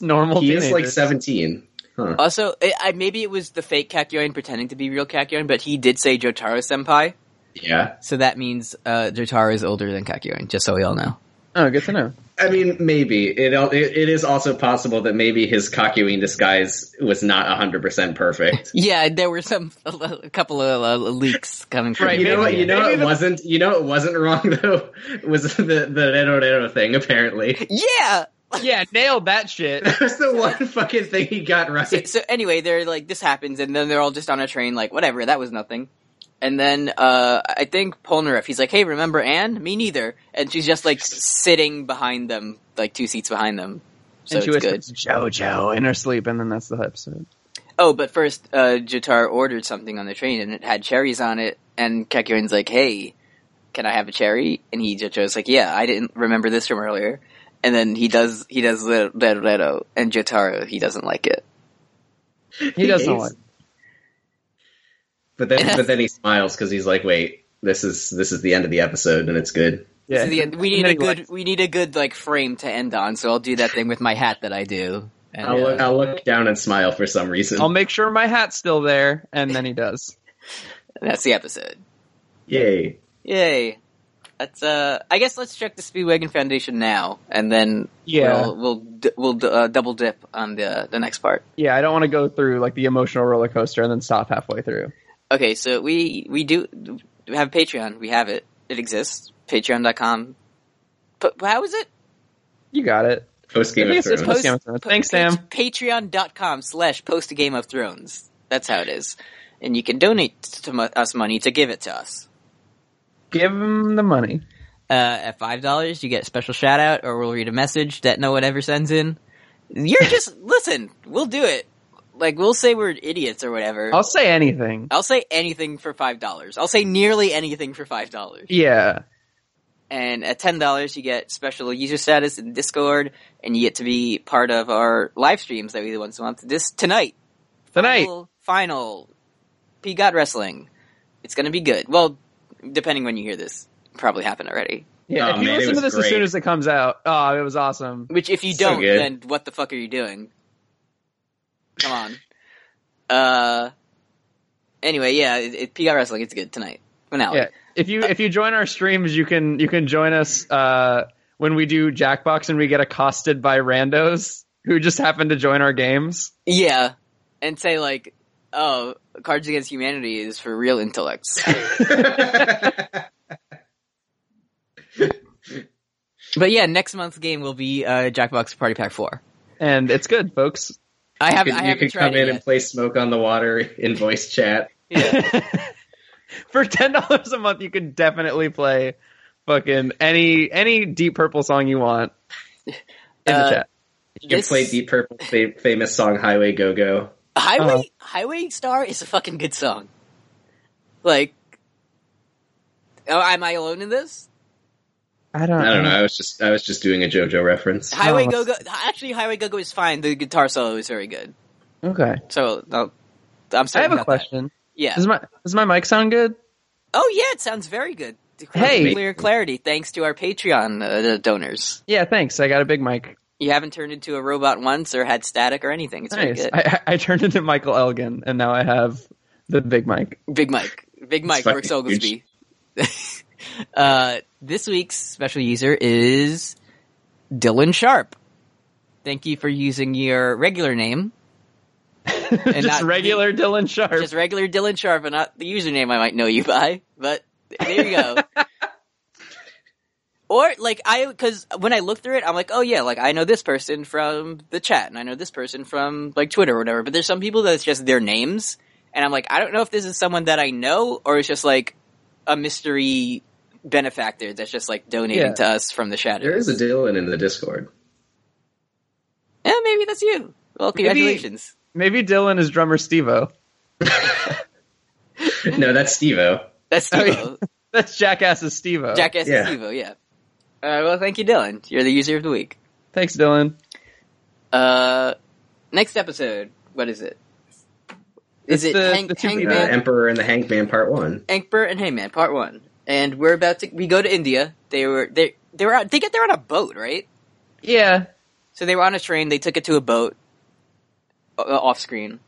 B: Normal.
C: he is like
B: teenagers. Oh.
C: 17. Huh.
A: Also, I, I, maybe it was the fake Kakyoin pretending to be real Kakyoin, but he did say Jotaro senpai,
C: Yeah.
A: so that means uh, Jotaro is older than Kakyoin. Just so we all know.
B: Oh, good to know.
C: I mean, maybe. It, al- it, it is also possible that maybe his Kakyoin disguise was not 100% perfect.
A: Yeah, there were some a, lo- a couple of uh, leaks coming from
B: Right,
C: you know what?
B: maybe-
C: You know
B: maybe
C: it
B: the-
C: wasn't. You know it wasn't wrong though. Was the the Nero Nero thing apparently?
A: Yeah,
B: Yeah, nailed that shit.
C: That was the one fucking thing he got
A: so,
C: right.
A: so anyway, they're like, this happens, and then they're all just on a train, like, whatever, that was nothing. And then, uh, I think Polnareff, he's like, hey, remember Anne? Me neither. And she's just like sitting behind them, like two seats behind them. So
B: and she
A: it's
B: whispers JoJo in her sleep, and then that's the episode.
A: good. Oh, but first, uh, Jatar ordered something on the train and it had cherries on it, and Kakyoin's like, hey, can I have a cherry? And he Jotaro's like, yeah, I didn't remember this from earlier. And then he does, he does the Redo, and Jotaro, he doesn't like it.
B: He doesn't
C: gave-
B: like.
C: But then, but then he smiles because he's like, "Wait, this is this is the end of the episode, and it's good."
B: Yeah,
A: So the end- we
B: And
A: need
B: then
A: a
B: he
A: good
B: likes-
A: we need a good like frame to end on. So I'll do that thing with my hat that I do. And,
C: I'll look,
A: uh,
C: I'll look down and smile for some reason.
B: I'll make sure my hat's still there, and then he does.
A: that's the episode.
C: Yay!
A: Yay! That's uh. I guess let's check the Speedwagon Foundation now, and then
B: Yeah.
A: we'll we'll d- we'll d- uh, double dip on the the next part.
B: Yeah, I don't want to go through like the emotional roller coaster and then stop halfway through.
A: Okay, so we we do we have Patreon. We have it. It exists. Patreon.com. But how is it?
B: You got it.
C: Post Game
B: I
C: of
B: think it's
C: Thrones.
B: just Post Game of Thrones. Thanks, Sam.
A: Patreon.com slash post a game of thrones. That's how it is. And you can donate to mo- us money to give it to us.
B: Give him the money.
A: Uh, at five dollars, you get a special shout out, or we'll read a message that no one ever sends in. You're just listen. We'll do it. Like we'll say we're idiots or whatever.
B: I'll say anything.
A: I'll say anything for five dollars. I'll say nearly anything for five dollars.
B: Yeah,
A: And at ten dollars, you get special user status in Discord, and you get to be part of our live streams that we do once a month. This tonight,
B: tonight.
A: final, final P God Wrestling. It's gonna be good. Well, depending when you hear this, probably happened already.
B: Yeah,
C: Oh,
B: if you
C: man, it
B: listen to
C: was
B: this as
C: great.
B: soon as it comes out, oh, it was awesome.
A: Which, if you
C: So
A: don't,
C: good.
A: then what the fuck are you doing? Come on. Uh. Anyway, yeah, it, it, PG Wrestling. It's good tonight. Finale.
B: Yeah, if you if you join our streams, you can you can join us uh, when we do Jackbox and we get accosted by randos who just happen to join our games.
A: Yeah, and say like, oh, Cards Against Humanity is for real intellects. but yeah, next month's game will be uh, Jackbox Party Pack Four.
B: and it's good, folks.
A: I have.
C: you
A: I
C: could, you
A: haven't
C: could come
A: tried
C: in
A: it
C: and play Smoke on the Water in voice chat.
A: yet. Yeah.
B: For ten dollars a month, you could definitely play fucking any any Deep Purple song you want in the
A: Uh,
B: chat.
C: You can
A: This-
C: play Deep Purple's fa- famous song Highway Go Go.
A: Highway
B: Uh-huh.
A: Highway Star is a fucking good song. Like, oh, am I alone in this?
B: I don't.
C: I don't know. I was just I was just doing a JoJo reference.
A: Highway Go
B: Oh.
A: Go. Actually, Highway Go Go is fine. The guitar solo is very good.
B: Okay,
A: So I'll, I'm
B: I
A: sorry.
B: have a
A: about
B: question.
A: That. Yeah.
B: Does my does my mic sound good?
A: Oh yeah, it sounds very good.
B: Hey.
A: clear clarity. Thanks to our Patreon uh, donors.
B: Yeah, thanks. I got a big mic.
A: You haven't turned into a robot once or had static or anything. It's very
B: Nice.
A: good.
B: I, I I turned into Michael Elgin, and now I have the big mic.
A: Big Mike. Big Mike
C: fucking
A: works Oglesby. uh, this week's special user is Dylan Sharp. Thank you for using your regular name,
B: Just
A: not-
B: regular Dylan Sharp.
A: just regular Dylan Sharp, and not the username I might know you by. But there you go. or like I, because when I look through it, I'm like, oh yeah, like I know this person from the chat, and I know this person from like Twitter or whatever. But there's some people that it's just their names, and I'm like, I don't know if this is someone that I know or it's just like a mystery benefactor that's just like donating
B: Yeah.
A: to us from the shadow.
C: There is a Dylan in the Discord.
A: Yeah, maybe that's you. Well,
B: Maybe-
A: congratulations.
B: Maybe Dylan is drummer Stevo.
C: No, that's uh, Stevo.
A: That's
B: Oh, yeah.
A: Steve-O.
B: That's Jackass's Stevo.
A: Jackass
C: Yeah.
A: yeah. Steve-O, yeah. Uh, well, thank you, Dylan. You're the user of the week.
B: Thanks, Dylan.
A: Uh, next episode. What is it? Is
B: It's
A: it
B: the-
A: Hank,
B: the two
C: Uh,
B: people.
A: Hangman,
C: Emperor and the Hangman Part One.
A: Ankbar, and Hangman Part One? And we're about to. We go to India. They were they they were out, they get there on a boat, right?
B: Yeah.
A: So they were on a train. They took it to a boat uh, off screen,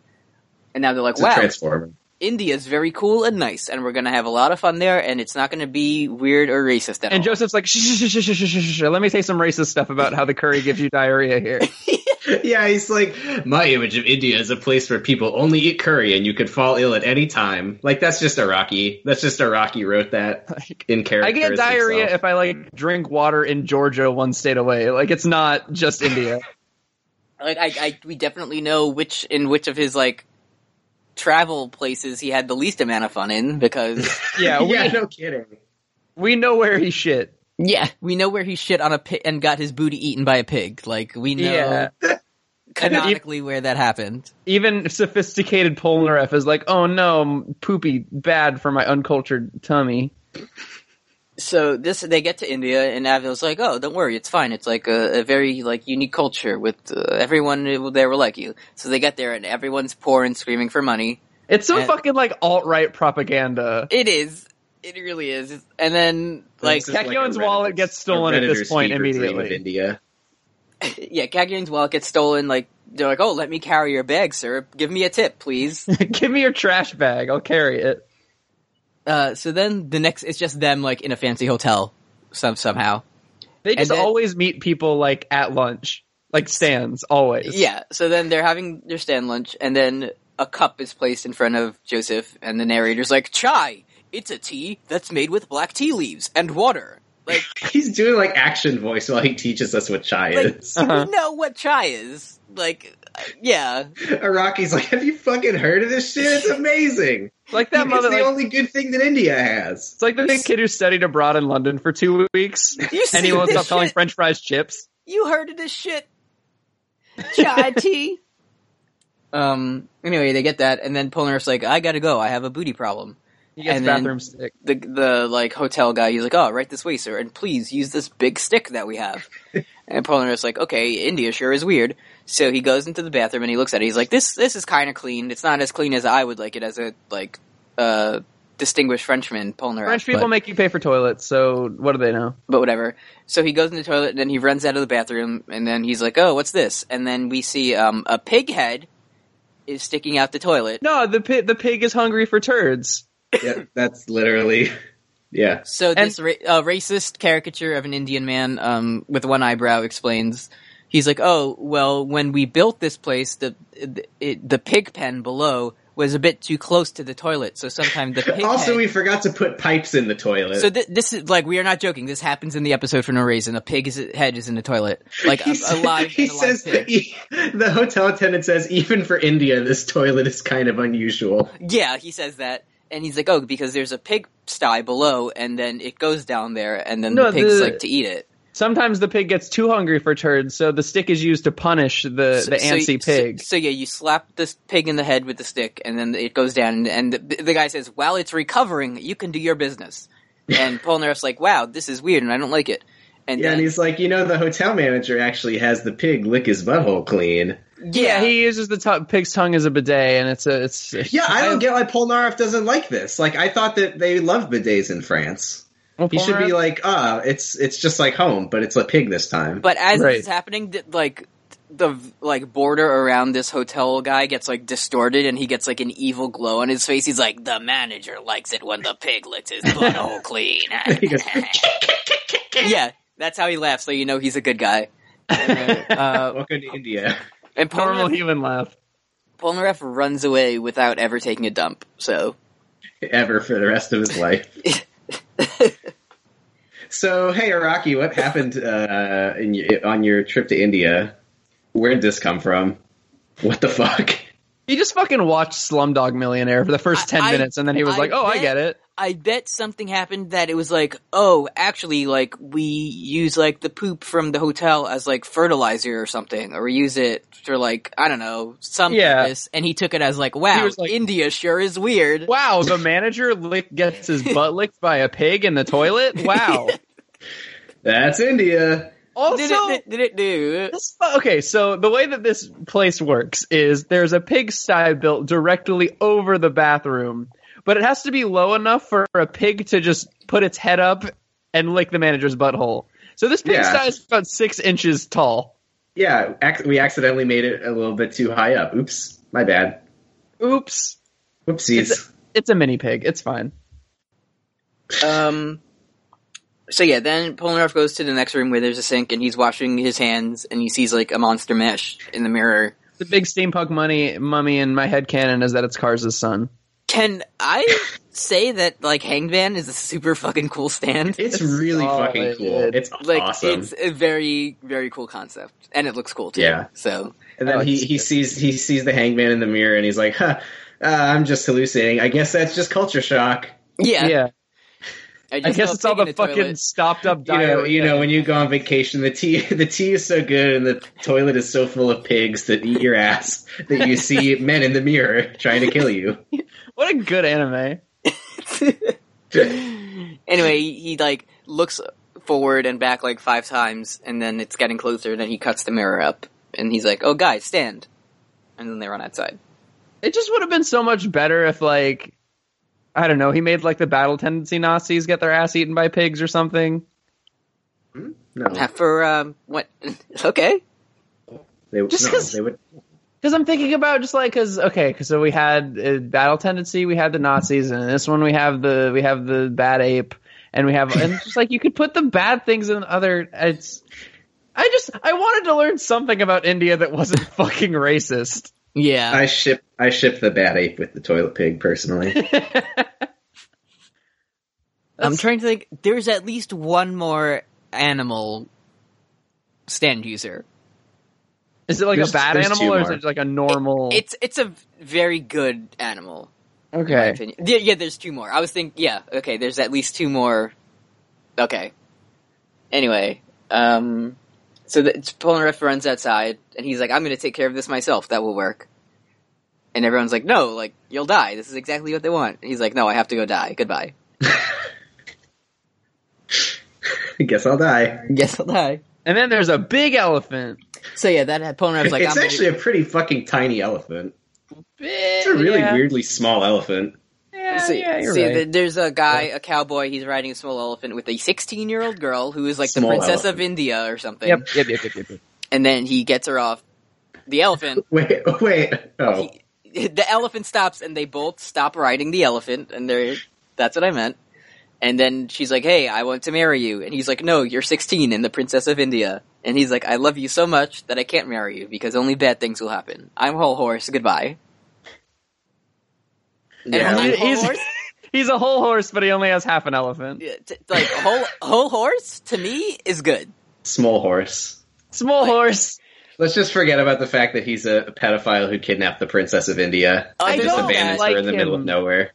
A: and now they're like,
C: It's
A: "Wow,
C: a transformer.
A: India is very cool and nice, and we're gonna have a lot of fun there, and it's not gonna be weird or racist at
B: And
A: all."
B: Joseph's like, shh, shh, shh, shh, shh, shh, shh, shh. let me say some racist stuff about how the curry gives you diarrhea here.
C: Yeah, he's like, my image of India is a place where people only eat curry and you could fall ill at any time. Like, that's just Iraqi. That's just Iraqi wrote that
B: Like,
C: in character.
B: I get
C: as
B: diarrhea
C: himself.
B: if I like drink water in Georgia one state away. Like it's not just India.
A: like I, I we definitely know which in which of his like travel places he had the least amount of fun in because
B: Yeah, we,
C: yeah, no kidding.
B: we know where he shit.
A: yeah we know where he shit on a pig and got his booty eaten by a pig like we know
B: Yeah.
A: canonically where that happened
B: Even sophisticated Polnareff is like, oh no, m- poopy, bad for my uncultured tummy.
A: so this they get to India and Avil's like, "Oh, don't worry, it's fine. It's like a, a very like unique culture with uh, everyone there will like you." So they get there and everyone's poor and screaming for money.
B: It's so
A: And-
B: fucking like alt right propaganda.
A: It is, it really is. And then like
C: This is a
B: Kakyoin's wallet gets stolen
C: a
B: at this
C: Redditor's
B: point
C: fever dream
B: immediately.
C: of India.
A: yeah, Kagyon's wallet gets stolen. Like they're like, "Oh, let me carry your bag, sir. Give me a tip, please."
B: Give me your trash bag. I'll carry it.
A: uh, so then the next, it's just them like in a fancy hotel, some somehow.
B: They just
A: then-
B: always meet people like at lunch, like stands always.
A: Yeah. So then they're having their stand lunch, and then a cup is placed in front of Joseph, and the narrator's like, "Chai, it's a tea that's made with black tea leaves and water." Like,
C: He's doing like action voice while he teaches us what chai
A: like
C: is.
B: Uh-huh.
A: we know what chai is. Like, uh, yeah.
C: Iraqi's like, have you fucking heard of this shit? It's amazing.
B: like that
C: it's
B: mother.
C: the
B: Like,
C: only good thing that India has.
B: it's like the big kid who studied abroad in London for two weeks,
A: You
B: and
A: see
B: he won't
A: this
B: stop calling
A: shit?
B: French fries chips.
A: You heard of this shit? Chai tea. Um. Anyway, they get that, and then Polnareff's like, "I gotta go. I have a booty problem."
B: He gets
A: And then-
B: bathroom stick.
A: The the like hotel guy, he's like, "Oh, right this way, sir, and please use this big stick that we have." and Polnareff's like, "Okay, India sure is weird." So he goes into the bathroom and he looks at it. He's like, "This this is kind of clean. It's not as clean as I would like it as a like uh distinguished Frenchman, Polnareff."
B: French people
A: but-
B: make you pay for toilets, so what do they know?
A: but whatever. So he goes in the toilet and then he runs out of the bathroom and then he's like, "Oh, what's this?" And then we see um, a pig head is sticking out the toilet.
B: No, the pig, the pig is hungry for turds.
C: yeah, that's literally, yeah.
A: So this ra- uh, racist caricature of an Indian man um, with one eyebrow explains. He's like, "Oh, well, when we built this place, the the, it, the pig pen below was a bit too close to the toilet, so sometimes the pig
C: Also,
A: head-
C: we forgot to put pipes in the toilet.
A: So th- this is like we are not joking. This happens in the episode for no reason. A pig's head is in the toilet, like a,
C: He
A: a
C: sa-
A: live.
C: He
A: and a live
C: says
A: pig.
C: he- the hotel attendant says even for India, this toilet is kind of unusual.
A: Yeah, he says that, and he's like, "Oh, because there's a pig sty below, and then it goes down there, and then
B: No,
A: the pigs
B: the-
A: like to eat it."
B: Sometimes the pig gets too hungry for turds, so the stick is used to punish the, the
A: So- so you-
B: antsy
A: so-
B: pig.
A: So, yeah, you slap this pig in the head with the stick, and then it goes down. And the, the guy says, "While it's recovering, you can do your business." And Polnareff's like, "Wow, this is weird, and I don't like it." And
C: Yeah,
A: then
C: and he's like, you know, the hotel manager actually has the pig lick his butthole clean.
B: yeah, he uses the tu- pig's tongue as a bidet, and it's a it's.
C: Yeah, I don't get why Polnareff doesn't like this. Like, I thought that they love bidets in France.
B: Well,
C: He should be
B: Polnareff-
C: like, ah, it's it's just like home, but it's a pig this time.
A: But as
B: Right.
A: this is happening, th- like the like border around this hotel guy gets like distorted, and he gets like an evil glow on his face. He's like, "The manager likes it when the pig licks his butthole clean."
C: He goes,
A: yeah, that's how he laughs. So you know he's a good guy. And, uh,
C: welcome to India.
A: and
B: normal
A: Polnareff,
B: human laugh.
A: Polnareff runs away without ever taking a dump. So
C: Ever for the rest of his life. so, hey, Iraqi, what happened uh, in, y- on your trip to India? Where'd this come from? What the fuck?
B: He just fucking watched Slumdog Millionaire for the first ten
A: I-
B: minutes, and then he was
A: I
B: like, "Oh, I
A: bet-
B: get it."
A: I bet something happened that it was like, oh, actually, like we use like the poop from the hotel as like fertilizer or something, or we use it for like I don't know some
B: Yeah.
A: purpose. And he took it as like, wow,
B: was like-
A: India sure is weird.
B: Wow, the manager lick gets his butt licked by a pig in the toilet. Wow.
C: That's India.
A: Did
B: also,
A: it? Did it do?
B: This, okay, so the way that this place works is there's a pigsty built directly over the bathroom, but it has to be low enough for a pig to just put its head up and lick the manager's butthole. So this
C: Yeah.
B: pigsty is about six inches tall.
C: Yeah, ac- we accidentally made it a little bit too high up. Oops, my bad.
B: Oops.
C: Whoopsies.
B: It's a mini pig. It's fine.
A: Um. So yeah, then Polnareff goes to the next room where there's a sink, and he's washing his hands, and he sees like a monster mesh in the mirror.
B: The big steampunk money mummy in my head canon is that it's Kars' son.
A: Can I say that like Hangman is a super fucking cool stand?
C: It's really
B: solid.
C: fucking cool. It's
A: like
C: awesome.
A: it's a very very cool concept and it looks cool too
C: Yeah.
A: so
C: and then
B: Oh,
C: he,
B: it's
C: he sees he sees the hangman in the mirror and he's like, huh, uh, I'm just hallucinating. I guess that's just culture shock.
A: yeah,
B: yeah. I
A: just
B: guess
A: saw a
B: it's all
A: pig in
B: the
A: a
B: fucking
A: toilet.
B: stopped up
C: You know,
B: diarrhea.
C: you know, when you go on vacation, the tea the tea is so good and the toilet is so full of pigs that eat your ass that you see men in the mirror trying to kill you.
B: what a good anime.
A: anyway he, he, like looks forward and back like five times and then it's getting closer and then he cuts the mirror up and he's like oh guys stand and then they run outside
B: It just would have been so much better if, like, I don't know, he made like the battle tendency Nazis get their ass eaten by pigs or something.
C: No,
A: for um what okay
C: they,
B: Just
C: no,
B: 'cause-
C: they would.
B: Because I'm thinking about just like, because okay, 'cause so we had uh, battle tendency, we had the Nazis, and in this one we have the we have the bad ape, and we have and it's just like you could put the bad things in other. It's I just I wanted to learn something about India that wasn't fucking racist.
A: yeah
C: I ship I ship the bad ape with the toilet pig personally.
A: i'm trying to think there's at least one more animal stand user
B: Is it like
C: There's-
B: a bad
C: there's two
B: animal or is
C: more.
B: it just like a normal?
A: it's it's a very good animal
B: okay.
A: opinion. Yeah, yeah, there's two more. I was thinking, yeah, okay, there's at least two more. Okay. Anyway, um, so the, Polnareff runs outside, and he's like, I'm gonna take care of this myself, that will work. And everyone's like, no, like, you'll die, this is exactly what they want. And he's like, no, I have to go die, goodbye.
C: I guess I'll die.
A: Yes, I'll die.
B: And then there's a big elephant.
A: So yeah, that Polnareff's like,
C: it's
A: I'm
C: actually
A: gonna...
C: a pretty fucking tiny elephant.
B: It's
C: It's a really weirdly small elephant.
B: Yeah,
A: See,
B: yeah, you're
A: see,
B: right.
A: th- there's a guy, a cowboy. He's riding a small elephant with a 16 year old girl who is like
C: Small
A: the princess
C: elephant.
A: of India or something.
B: Yep, yep, yep, yep, yep. yep.
A: And then he gets her off. The elephant
C: Wait, wait. Oh,
A: he, the elephant stops and they both stop riding the elephant and they're that's what i meant and then she's like hey i want to marry you and he's like no you're 16 and the princess of india and he's like i love you so much that i can't marry you because only bad things will happen i'm whole horse goodbye And
C: Yeah.
A: I'm like, whole
B: He's-
A: horse?
B: He's a whole horse, but he only has half an elephant.
A: Yeah, t- like whole whole horse to me is good.
C: Small horse.
B: Small horse.
C: Let's just forget about the fact that he's a pedophile who kidnapped the princess of India.
A: I
C: and just
A: don't
C: abandoned
B: like
C: her in the middle of
B: him.
C: nowhere.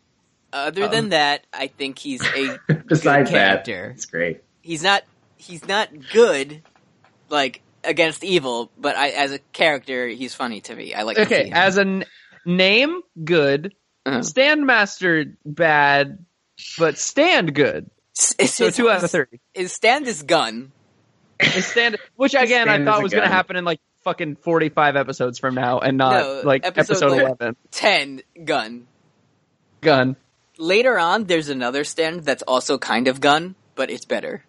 A: Other than that, I think he's a
C: Besides
A: good
C: that,
A: character.
C: it's great.
A: He's not he's not good like against evil, but I as a character he's funny to me. I like to see
B: Okay,
A: him.
B: as a n- name, good.
A: Uh-huh.
B: Standmaster, bad, but stand good.
A: S- it's
B: So
A: his-
B: two out of three.
A: His stand is gun.
B: Is stand, which again I
C: Stand is
B: thought
C: a
B: was going to
C: gun.
B: happen in like fucking forty-five episodes from now, and not
A: No,
B: like
A: episode,
B: episode,
A: like-
B: eleven.
A: Ten gun.
B: Gun.
A: Later on, there's another stand that's also kind of gun, but it's better.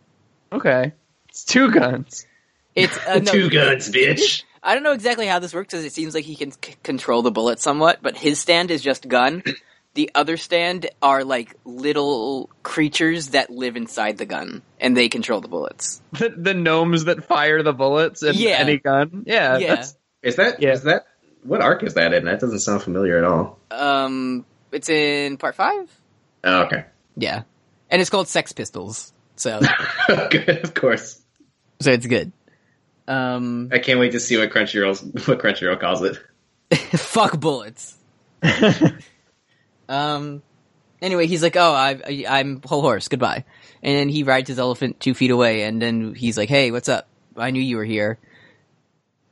B: Okay, it's two guns.
A: It's uh, no,
C: Two guns, bitch.
A: I don't know exactly how this works because it seems like he can c- control the bullet somewhat, but his stand is just gun. The other stand are like little creatures that live inside the gun and they control the bullets.
B: The, the gnomes that fire the bullets and
A: Yeah.
B: any gun. Yeah,
A: yeah.
B: that's-
C: Is that? Is
B: Yeah.
C: that? What arc is that in? That doesn't sound familiar at all.
A: Um, it's in part five.
C: Oh, okay.
A: Yeah, and it's called Sex Pistols. So,
C: good, of course.
A: so it's good. Um,
C: I can't wait to see what Crunchyroll what Crunchyroll calls it.
A: fuck bullets. um. Anyway, he's like, "Oh, I, I, I'm whole horse. Goodbye." And then he rides his elephant two feet away, and then he's like, "Hey, what's up? I knew you were here."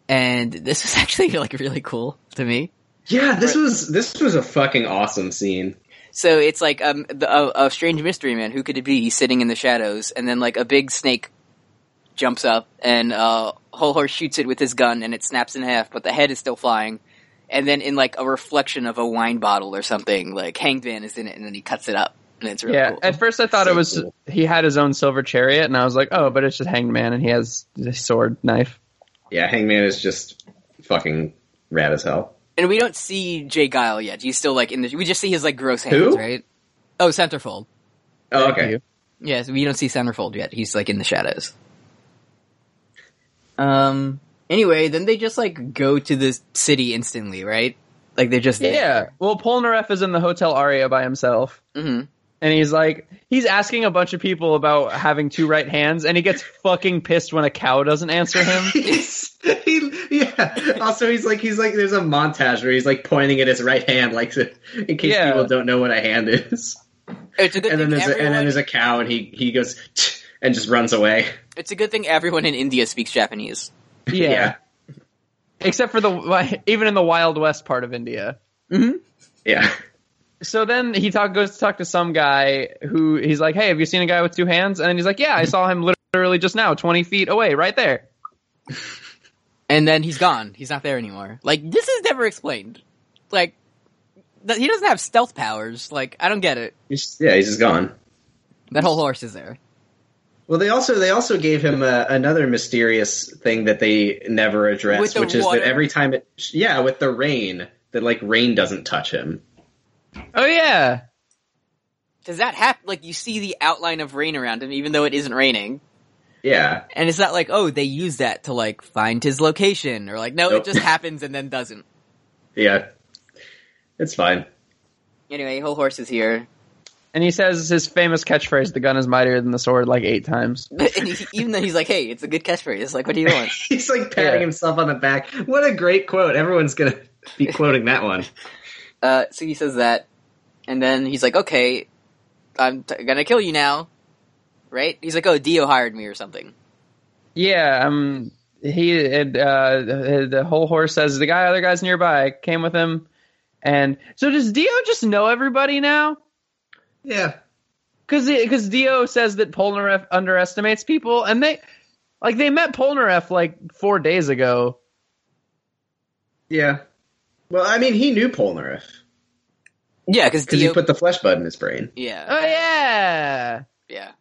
A: And this was actually like really cool to me.
C: Yeah, this was this was a fucking awesome scene.
A: So it's like um the, a, a strange mystery man. Who could it be? He's sitting in the shadows, and then like a big snake jumps up, and uh, whole horse shoots it with his gun, and it snaps in half, but the head is still flying. And then in like a reflection of a wine bottle or something, like Hanged Man is in it, and then he cuts it up, and it's really
B: yeah.
A: cool.
B: At first I thought
C: So
B: it was
C: cool.
B: he had his own silver chariot, and I was like, oh, but it's just Hanged Man, and he has a sword, knife.
C: Yeah, Hangman is just fucking rad as hell.
A: and we don't see Jay Guile yet. He's still like in the. We just see his like gross hands,
C: Who?
A: right? Oh, Centerfold.
C: Oh,
B: Thank
C: okay.
B: you.
A: Yes, we don't see Centerfold yet. He's like in the shadows. Um. Anyway, then they just like go to the city instantly, right? Like they're just
B: Yeah. Well, Polnareff is in the Hotel Aria by himself.
A: hmm
B: and he's like he's asking a bunch of people about having two right hands and he gets fucking pissed when a cow doesn't answer him
C: He's- he, yeah. Also, he's like he's like there's a montage where he's like pointing at his right hand, like to, in case
B: Yeah.
C: people don't know what a hand is.
A: It's a good
C: And then
A: thing
C: there's a,
A: everyone,
C: and then there's a cow, and he he goes "Tch," and just runs away.
A: It's a good thing everyone in India speaks Japanese.
B: yeah, except for the even in the wild west part of india
C: yeah.
B: so then he talk, goes to talk to some guy who he's like hey have you seen a guy with two hands and then he's like yeah i saw him literally just now 20 feet away right there
A: And then he's gone. He's not there anymore. Like this is never explained. Like th- he doesn't have stealth powers. Like I don't get it.
C: He's, yeah, he's just gone.
A: That whole horse is there.
C: Well, they also they also gave him uh, another mysterious thing that they never
A: With
C: address,
A: the
C: which is
A: water.
C: that every time it yeah with the rain that like rain doesn't touch him.
B: oh yeah
A: Does that happen? Like you see the outline of rain around him, even though it isn't raining.
C: Yeah,
A: And it's not like oh they use that to like find his location or like no
C: Nope.
A: it just happens and then doesn't.
C: yeah, it's fine.
A: Anyway, whole horse is here.
B: and he says his famous catchphrase the gun is mightier than the sword like eight times
A: and he, even though he's like hey it's a good catchphrase. It's like what do you want?
C: He's like patting
B: Yeah.
C: himself on the back. What a great quote! Everyone's gonna be quoting that one.
A: Uh, so he says that, and then he's like, "Okay, I'm t- gonna kill you now, right?" He's like, "Oh, Dio hired me or something."
B: Yeah, um, he and uh, the the whole horse says the guy, other guys nearby came with him, and so does Dio just know everybody now?
C: Yeah,
B: Because because Dio says that Polnareff underestimates people, and they like they met Polnareff like four days ago.
C: yeah. Well, I mean, he knew Polnareff
A: Yeah, because
C: because he
A: Dio.
C: put the flesh bud in his brain.
A: yeah,
B: Oh yeah,
A: yeah.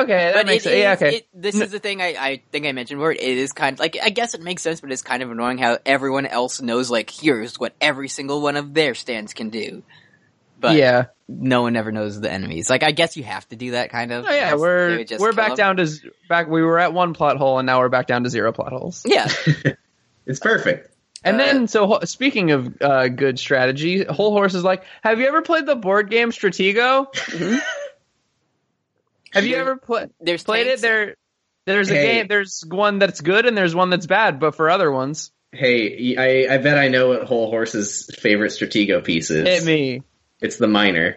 B: okay, that
A: But
B: makes
A: it
B: it, yeah
A: is-
B: okay.
A: it- this is the thing I, I think I mentioned where it is kind of like I guess it makes sense, but it's kind of annoying how everyone else knows like here's what every single one of their stands can do, but
B: yeah,
A: no one ever knows the enemies. Like I guess you have to do that kind of.
B: oh yeah,
A: Yes, they
B: we're
A: would just
B: we're
A: kill
B: back
A: them.
B: down to z- back. We were at one plot hole, and now we're back down to zero plot holes.
A: Yeah,
C: It's perfect.
B: And
A: Uh,
B: then, so ho- speaking of uh, good strategy, Whole Horse is like, "Have you ever played the board game Stratego? Have you
A: There-
B: ever pla-
A: There's
B: played it?
A: tanks-
B: There, there's a
C: Hey.
B: game. There's one that's good, and there's one that's bad. But for other ones,
C: Hey, I, I bet I know what Whole Horse's favorite Stratego piece is.
B: hit me.
C: It's the miner.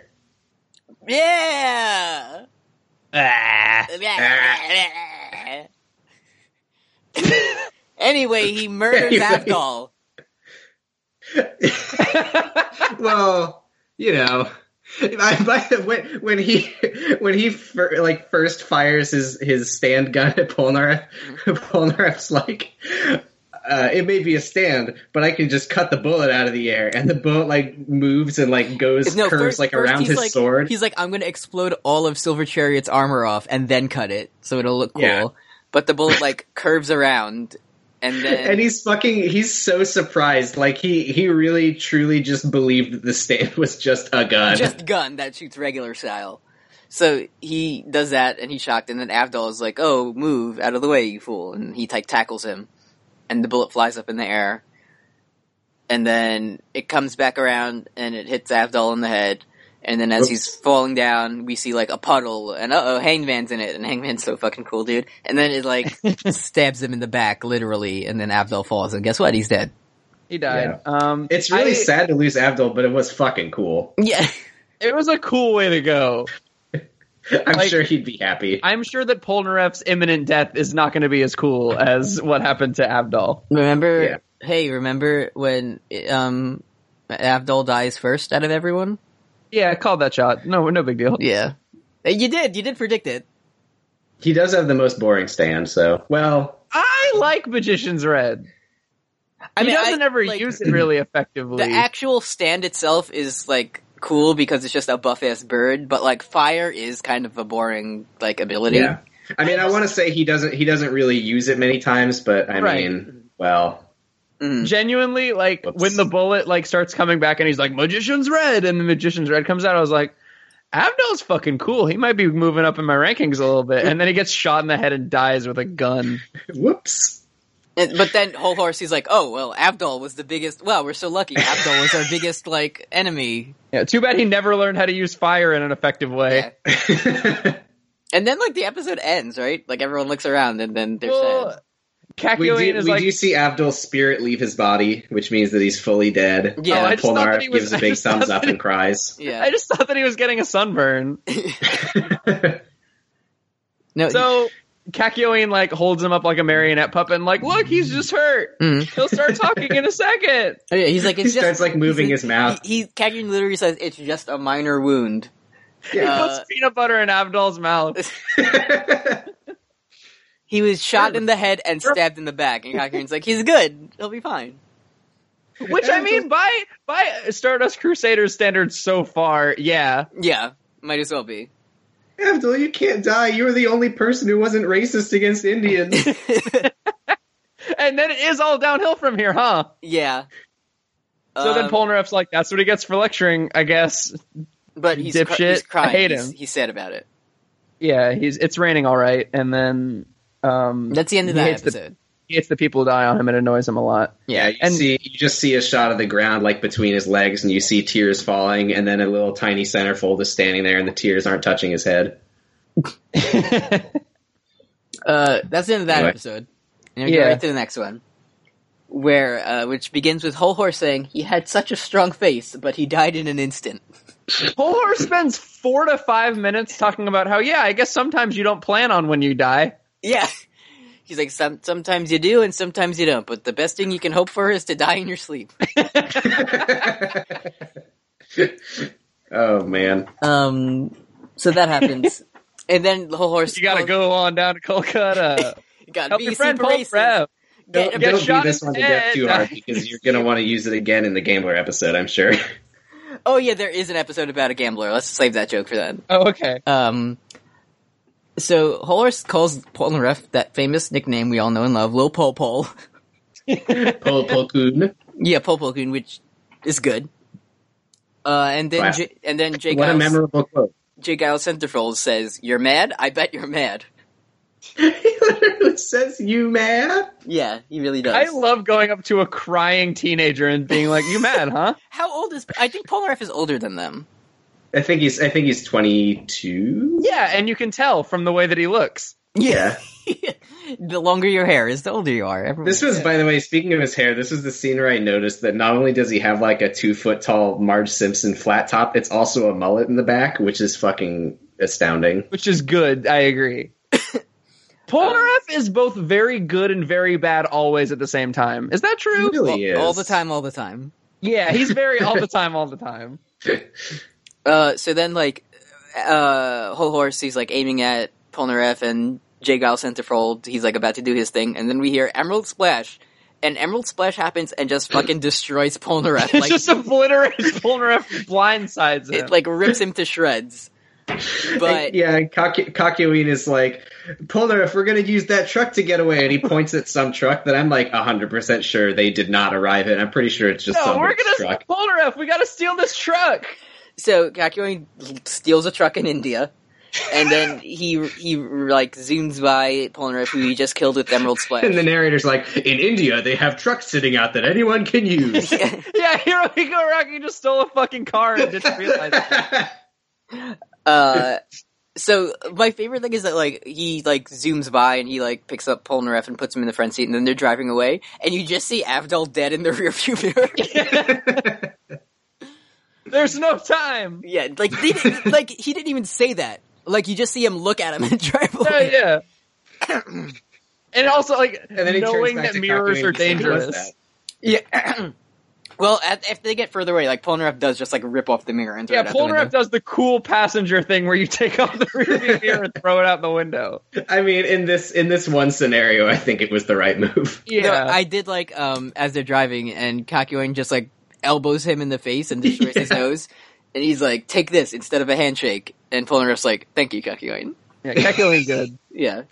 A: Yeah.
E: Ah.
A: anyway, he murders
C: Anyway.
A: Avdol.
C: well, you know, I, by the when, when he when he fir- like first fires his his stand gun at Polnareff, Polnareff's like. Uh, it may be a stand, but I can just cut the bullet out of the air, and the bullet like moves and like goes
A: No,
C: curves
A: first,
C: like
A: first
C: around
A: he's
C: his
A: like,
C: sword.
A: He's like, I'm going to explode all of Silver Chariot's armor off and then cut it so it'll look cool.
C: Yeah.
A: But the bullet like curves around and then
C: and he's fucking he's so surprised like he he really truly just believed that the stand was just a gun
A: just gun that shoots regular style. So he does that and he's shocked and then Avdol is like, "Oh, move out of the way, you fool." And he like tackles him and the bullet flies up in the air. And then it comes back around and it hits Avdol in the head. And then as he's falling down, we see like a puddle and uh-oh, Hangman's in it and Hangman's so fucking cool, dude. And then it like stabs him in the back literally and then Avdol falls and guess what? He's dead.
B: He died. Um,
C: it's really
B: I-
C: sad to lose Abdul, but it was fucking cool.
A: Yeah.
B: It was a cool way to go.
C: I'm
B: Like-
C: sure he'd be happy.
B: I'm sure that Polnareff's imminent death is not going to be as cool as what happened to Abdal.
A: Remember,
C: Yeah.
A: hey, remember when um Abdul dies first out of everyone?
B: Yeah, called that shot. No, no big deal.
A: Yeah, Uh, you did. You did predict it.
C: He does have the most boring stand, so well,
B: I like Magician's Red.
A: I
B: he
A: mean,
B: doesn't
A: I-
B: ever
A: like,
B: use it really effectively.
A: the actual stand itself is like cool because it's just a buff ass bird, but like fire is kind of a boring like ability.
C: yeah. I mean, I want to say he doesn't he doesn't really use it many times, but I
B: Right.
C: mean, well,
A: Mm.
B: Genuinely, like
C: Whoops.
B: when the bullet like starts coming back and he's like Magician's Red, and the Magician's Red comes out, I was like, Abdal's fucking cool. He might be moving up in my rankings a little bit, and then he gets shot in the head and dies with a gun.
C: whoops.
A: And- But then whole horse, he's like, oh well, Abdul was the biggest. Wow, we're so lucky. Abdul was our biggest like enemy.
B: Yeah, too bad he never learned how to use fire in an effective way.
A: Yeah. And then like the episode ends, right? Like everyone looks around and then they're sad.
B: Well,
C: we
B: Kakyoin
C: do,
B: is
C: we
B: like
C: do see Abdul's spirit leave his body, which means that he's fully dead.
A: Yeah. Oh, I
C: and
B: just thought that he
C: Polnareff
B: was-
C: gives
B: I
C: a big
B: just thought
C: thumbs up
B: that he-
C: and cries.
A: Yeah.
B: I just thought that he was getting a sunburn.
A: no.
B: So Kakyoin like holds him up like a marionette puppet and like, look, he's just hurt.
A: Mm.
B: He'll start talking in a second.
A: Oh, yeah, he's like,
C: He
A: it's just,
C: starts, like, moving
A: he's
C: his mouth.
A: He, he Kagyan literally says, it's just a minor wound.
B: He
A: Uh,
B: puts peanut butter in Abdal's mouth.
A: he was shot in the head and stabbed in the back, and Kagyan's like, he's good, he'll be fine.
B: Which I mean, by by Stardust Crusaders standards so far, yeah.
A: Yeah, might as well be.
C: Abdul, you can't die. You were the only person who wasn't racist against Indians.
B: And then it is all downhill from here, huh?
A: yeah.
B: So then
A: Um,
B: Polnareff's like, that's what he gets for lecturing, I guess.
A: but he's, cr-
B: dipshit,
A: he's crying.
B: I hate
A: he's,
B: him.
A: He's sad about it.
B: Yeah, he's it's raining all right, and then um
A: That's the end of
B: He
A: that
B: hates the-
A: episode.
B: it's the people who die on him. It annoys him a lot.
C: Yeah, you
B: And-
C: see, you just see a shot of the ground like between his legs, and you see tears falling, and then a little tiny centerfold is standing there, and the tears aren't touching his head.
A: Uh, that's the end of that
C: Anyway.
A: episode. And we go
B: Yeah.
A: right to the next one. Where, uh, which begins with Whole Horse saying, he had such a strong face, but he died in an instant.
B: Polar spends four to five minutes talking about how, yeah, I guess sometimes you don't plan on when you die.
A: Yeah. He's like, Some, sometimes you do and sometimes you don't, but the best thing you can hope for is to die in your sleep.
C: oh man,
A: Um, so that happens. and then the whole horse.
B: You got to
A: well,
B: go on down to Kolkata.
A: You gotta
B: Help
A: be
B: your friend
A: super
B: Paul
A: racist.
B: Frev.
A: Get
C: don't,
A: a-
B: get
C: don't do
B: shot
C: this
B: in
C: one to
B: the
C: death too
B: head.
C: hard because you're gonna want to use it again in the Gambler episode, I'm sure.
A: oh yeah, there is an episode about a gambler. Let's save that joke for then.
B: oh, okay.
A: Um, so whole horse calls Polnareff that famous nickname we all know and love, Lil Pol Pol.
C: Pol Pol Koon.
A: yeah, Pol Pol Kun, which is good. Uh, and then
C: Wow.
A: J- and then Jay
C: What a
A: Giles,
C: memorable quote.
A: Jay Giles Centerfold says, "You're mad. I bet you're mad."
C: he literally says, "You mad?"
A: Yeah, he really does.
B: I love going up to a crying teenager and being like, "You mad, huh?"
A: How old is? I think Polnareff is older than them.
C: I think he's. I think he's twenty two.
B: yeah, and you can tell from the way that he looks.
C: Yeah.
A: the longer your hair is, the older you are. Everyone
C: This was,
A: says.
C: by the way, speaking of his hair, this was the scene where I noticed that not only does he have like a two foot tall Marge Simpson flat top, it's also a mullet in the back, which is fucking astounding.
B: which is good. I agree.
A: Um,
B: Polnareff is both very good and very bad always at the same time. Is that
C: It
B: true?
C: really is.
A: all the time, all the time.
B: Yeah, he's very all the time, all the time.
A: Uh, so then, like, uh, Whole Horse, he's like aiming at Polnareff and Jay Gile Centerfold. He's like about to do his thing, and then we hear Emerald Splash, and Emerald Splash happens and just fucking destroys Polnareff.
B: It
A: Like,
B: just obliterates Polnareff, blindsides him.
A: it like rips him to shreds. But
C: yeah, and Cock- Cockyween is like, Polar, if we're gonna use that truck to get away, and he points at some truck that I'm like hundred percent sure they did not arrive in. I'm pretty sure it's just
B: no,
C: some
B: we're gonna
C: truck.
B: Polnareff. We gotta steal this truck.
A: so Kakyoin steals a truck in India, and then he he like zooms by Polnareff, who he just killed with Emerald Splash.
C: And the narrator's like, in India they have trucks sitting out that anyone can use.
B: Yeah, Hero Hiko Rocky just stole a fucking car and didn't realize. it.
A: Uh, so my favorite thing is that like he like zooms by and he like picks up Polnareff and puts him in the front seat, and then they're driving away, and you just see Avdol dead in the rearview mirror.
B: There's no time.
A: yeah, like they didn't- like he didn't even say that. Like you just see him look at him and drive
B: Oh, Yeah,
A: away.
B: yeah. and also like
C: And then he turns
B: knowing
C: back
B: that
C: to
B: mirrors are
C: Cockyween and says, "What's
B: dangerous.
C: that?"
A: Yeah. well, at, if they get further away, like Polnareff does, just like rip off the mirror and throw
B: Yeah,
A: it out the window.
B: Polnareff does the cool passenger thing where you take off the rearview mirror and throw it out the window.
C: I mean, in this in this one scenario, I think it was the right move.
B: Yeah,
A: No, I did like um as they're driving and Kakyoin just like elbows him in the face and destroys his
C: Yeah.
A: nose. And he's like, take this instead of a handshake. And Polnareff's like, thank you, Kakyoin.
B: yeah Kekko ain't good.
A: Yeah.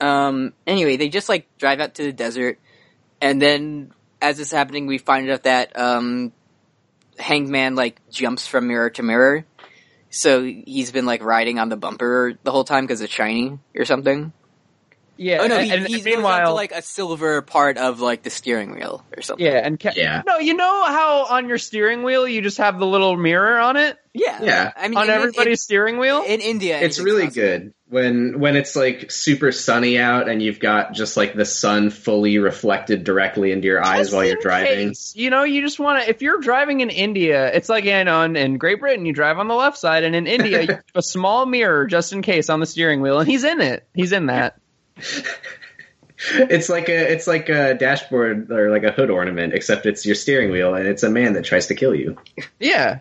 A: um anyway, they just like drive out to the desert and then as it's happening we find out that um Hanged Man like jumps from mirror to mirror. So he's been like riding on the bumper the whole time because it's shiny or something.
B: Yeah,
A: Oh no, he,
B: and,
A: he's meanwhile,
B: meanwhile,
A: like a silver part of like the steering wheel or something.
B: yeah, and Ke-
C: Yeah.
B: No, you know how on your steering wheel you just have the little mirror on it
A: yeah,
C: Yeah.
A: I mean,
B: on
A: in- in-
B: everybody's steering wheel.
A: in, India,
C: It's
A: anything's
C: really
A: possible.
C: good when when it's like super sunny out and you've got just like the sun fully reflected directly into your eyes
B: Just
C: while you're
B: in
C: driving.
B: case, you know, you just want to. If you're driving in India, it's like you know, in, in Great Britain, you drive on the left side, and in India, you have a small mirror just in case on the steering wheel, and he's in it. He's in that.
C: It's like a it's like a dashboard or like a hood ornament, except it's your steering wheel and it's a man that tries to kill you.
B: Yeah.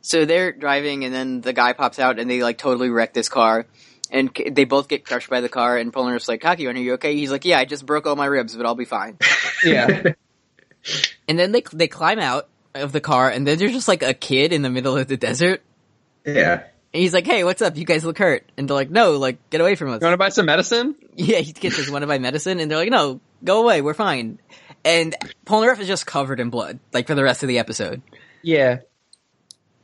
A: So they're driving, and then the guy pops out, and they like totally wreck this car, and c- they both get crushed by the car. And Polnareff's like, "Kaki, are you okay?" He's like, "Yeah, I just broke all my ribs, but I'll be fine."
B: Yeah.
A: and then they they climb out of the car, and then there's just like a kid in the middle of the desert.
C: Yeah.
A: And he's like, "Hey, what's up? You guys look hurt." And they're like, "No, like get away from us."
B: You want to buy some medicine?
A: Yeah, he gets his one of my medicine, and they're like, "No, go away, we're fine." And Polnareff is just covered in blood, like for the rest of the episode.
B: Yeah.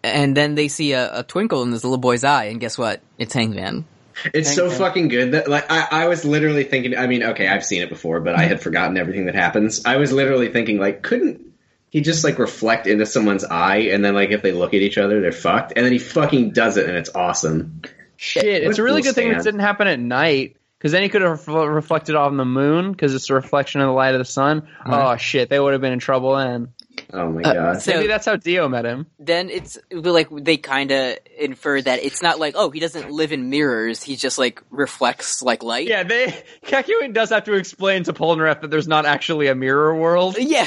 A: And then they see a, a twinkle in this little boy's eye, and guess what? It's Hangman.
C: It's
B: Thank
C: so
B: you.
C: fucking good that like I, I was literally thinking I mean, okay, I've seen it before, but I had forgotten everything that happens. I was literally thinking like couldn't he just like reflect into someone's eye and then like if they look at each other they're fucked and then he fucking does it and it's awesome.
B: Shit, it's a really good thing that
C: Stand.
B: didn't happen at night because then he could have ref- reflected off the moon because it's a reflection of the light of the sun. Oh shit, they would have been in trouble. And
C: Oh my
A: Uh,
C: god.
A: So-
B: maybe that's how Dio met him.
A: Then it's like they kind of infer that it's not like, oh, he doesn't live in mirrors; he just like reflects like light.
B: Yeah, they Kakyoin does have to explain to Polnareff that there's not actually a mirror world.
A: yeah.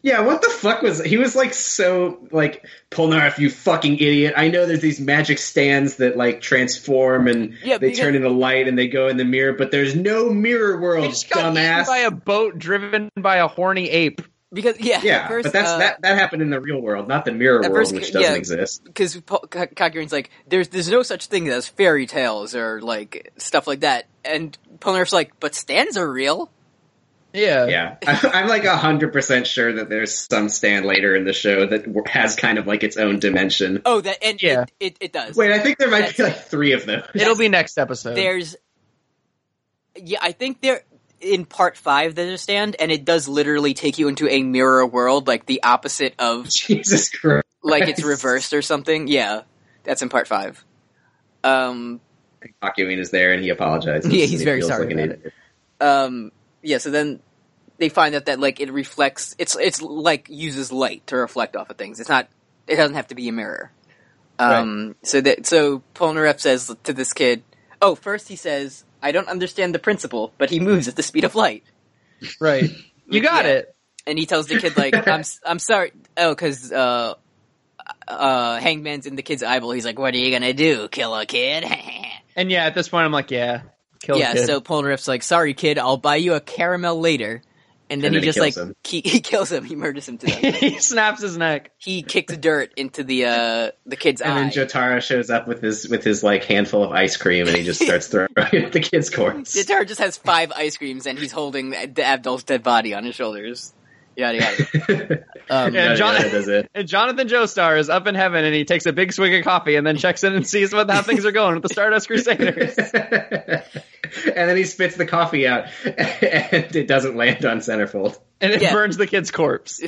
C: Yeah, what the fuck was he was like so like Polnareff, you fucking idiot! I know there's these magic stands that like transform and
A: Yeah,
C: they
A: because-
C: turn into light and they go in the mirror, but there's no mirror
B: He
C: world,
B: just got
C: dumbass.
B: eaten by a boat driven by a horny ape.
A: Because yeah,
C: yeah,
A: at first,
C: but that's
A: uh,
C: that that happened in the real world, not the mirror
A: at
C: world,
A: first,
C: which doesn't
A: yeah.
C: exist.
A: because Cochrane's like, there's there's no such thing as fairy tales or like stuff like that, and Polnareff's like, but stands are real.
B: Yeah.
C: Yeah, I'm like hundred percent sure that there's some stand later in the show that w- has kind of like its own dimension.
A: Oh, that and
B: Yeah.
A: it, it it does.
C: Wait, I think there might be like three of those.
B: It'll be next episode.
A: There's yeah, I think there in part five there's a stand, and it does literally take you into a mirror world, like the opposite of
C: Jesus Christ!
A: like it's
C: Christ.
A: reversed or something. Yeah, that's in part five. Um,
C: Hakuin is there, and he apologizes.
A: Yeah,
C: and
A: he's
C: he
A: very
C: feels
A: sorry
C: an
A: about
C: idiot.
A: um, yeah. So then they find out that like it reflects. It's it's like uses light to reflect off of things. It's not. It doesn't have to be a mirror. Um, so that so Polnareff says to this kid, "Oh, first he says." I don't understand the principle, but he moves at the speed of light.
B: right. You got
A: Yeah.
B: it.
A: and he tells the kid like I'm s- I'm sorry oh because uh uh Hangman's in the kid's eyeball he's like what are you gonna do kill a kid
B: And yeah, at this point, I'm like, yeah, kill
A: yeah
B: kid.
A: so Polnareff's like sorry kid I'll buy you a caramel later and then
C: And
A: he
C: then
A: just
C: he
A: like
C: kills him.
A: He, he kills him he murders him to death
B: he snaps his neck.
A: he kicks dirt into the uh the kid's
C: And
A: eye
C: then Jotaro shows up with his with his like handful of ice cream, and he just starts throwing it at the kids' courts.
A: Jotaro just has five ice creams and he's holding the Abdul's dead body on his shoulders yada yada um,
B: Yeah, John-
C: Jotaro does it.
B: And Jonathan Joestar is up in heaven, and he takes a big swig of coffee, and then checks in and sees what how things are going with the Stardust Crusaders.
C: and then he spits the coffee out, and it doesn't land on centerfold.
B: And it
A: Yeah.
B: burns the kid's corpse.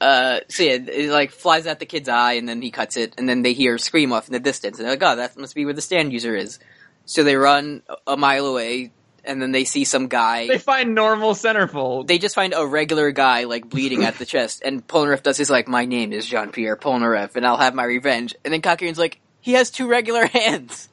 A: uh, so yeah, it like flies out the kid's eye, and then he cuts it, and then they hear a scream off in the distance, and they're like, "Oh, that must be where the stand user is." So they run a- a mile away, and then they see some
B: They
A: guy.
B: find normal centerfold.
A: They just find a regular guy like bleeding at the chest, and Polnareff does his like, "My name is Jean Pierre Polnareff, and I'll have my revenge." And then Cochrane's like, "He has two regular hands."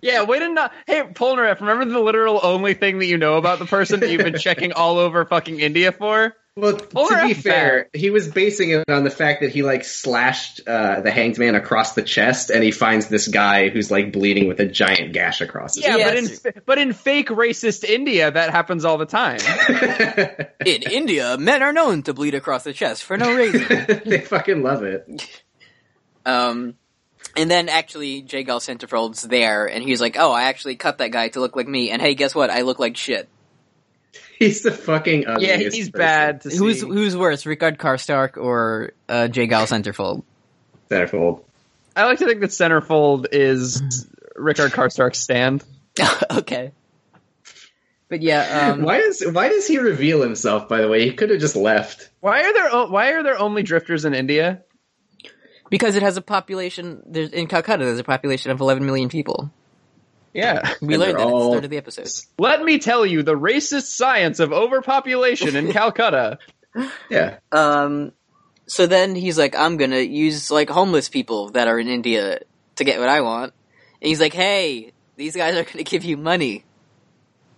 B: Yeah, way to not. Hey, Polnareff, remember the literal only thing that you know about the person that you've been checking all over fucking India for?
C: Well, t-
B: Or
C: to be
B: a
C: fair, he was basing it on the fact that he like slashed uh, the hanged man across the chest, and he finds this guy who's like bleeding with a giant gash across his.
B: Yeah,
A: Yeah,
B: but in
A: that's
B: but in fake racist India, that happens all the time.
A: In India, men are known to bleed across the chest for no reason.
C: they fucking love it.
A: Um, and then actually, J. Gal Centerfold's there, and he's like, "Oh, I actually cut that guy to look like me." And hey, guess what? I look like shit.
C: He's the fucking
B: yeah,
C: ugliest
B: he's
C: person.
B: bad to see.
A: Who's who's worse, Ricard Karstark or uh, J. Gal Centerfold?
C: Centerfold.
B: I like to think that centerfold is Rickard Karstark's stand.
A: okay, but yeah, um,
C: Why is why does he reveal himself? By the way, he could have just left.
B: Why are there o- why are there only drifters in India?
A: because it has a population. There's in Calcutta, there's a population of 11 million people.
B: Yeah.
A: We learned
C: And they're
A: that at the
C: all-
A: start of the episode.
B: Let me tell you the racist science of overpopulation in Calcutta.
C: Yeah,
A: Um, so then he's like, I'm gonna use like homeless people that are in India to get what I want. And he's like, Hey, these guys are gonna give you money.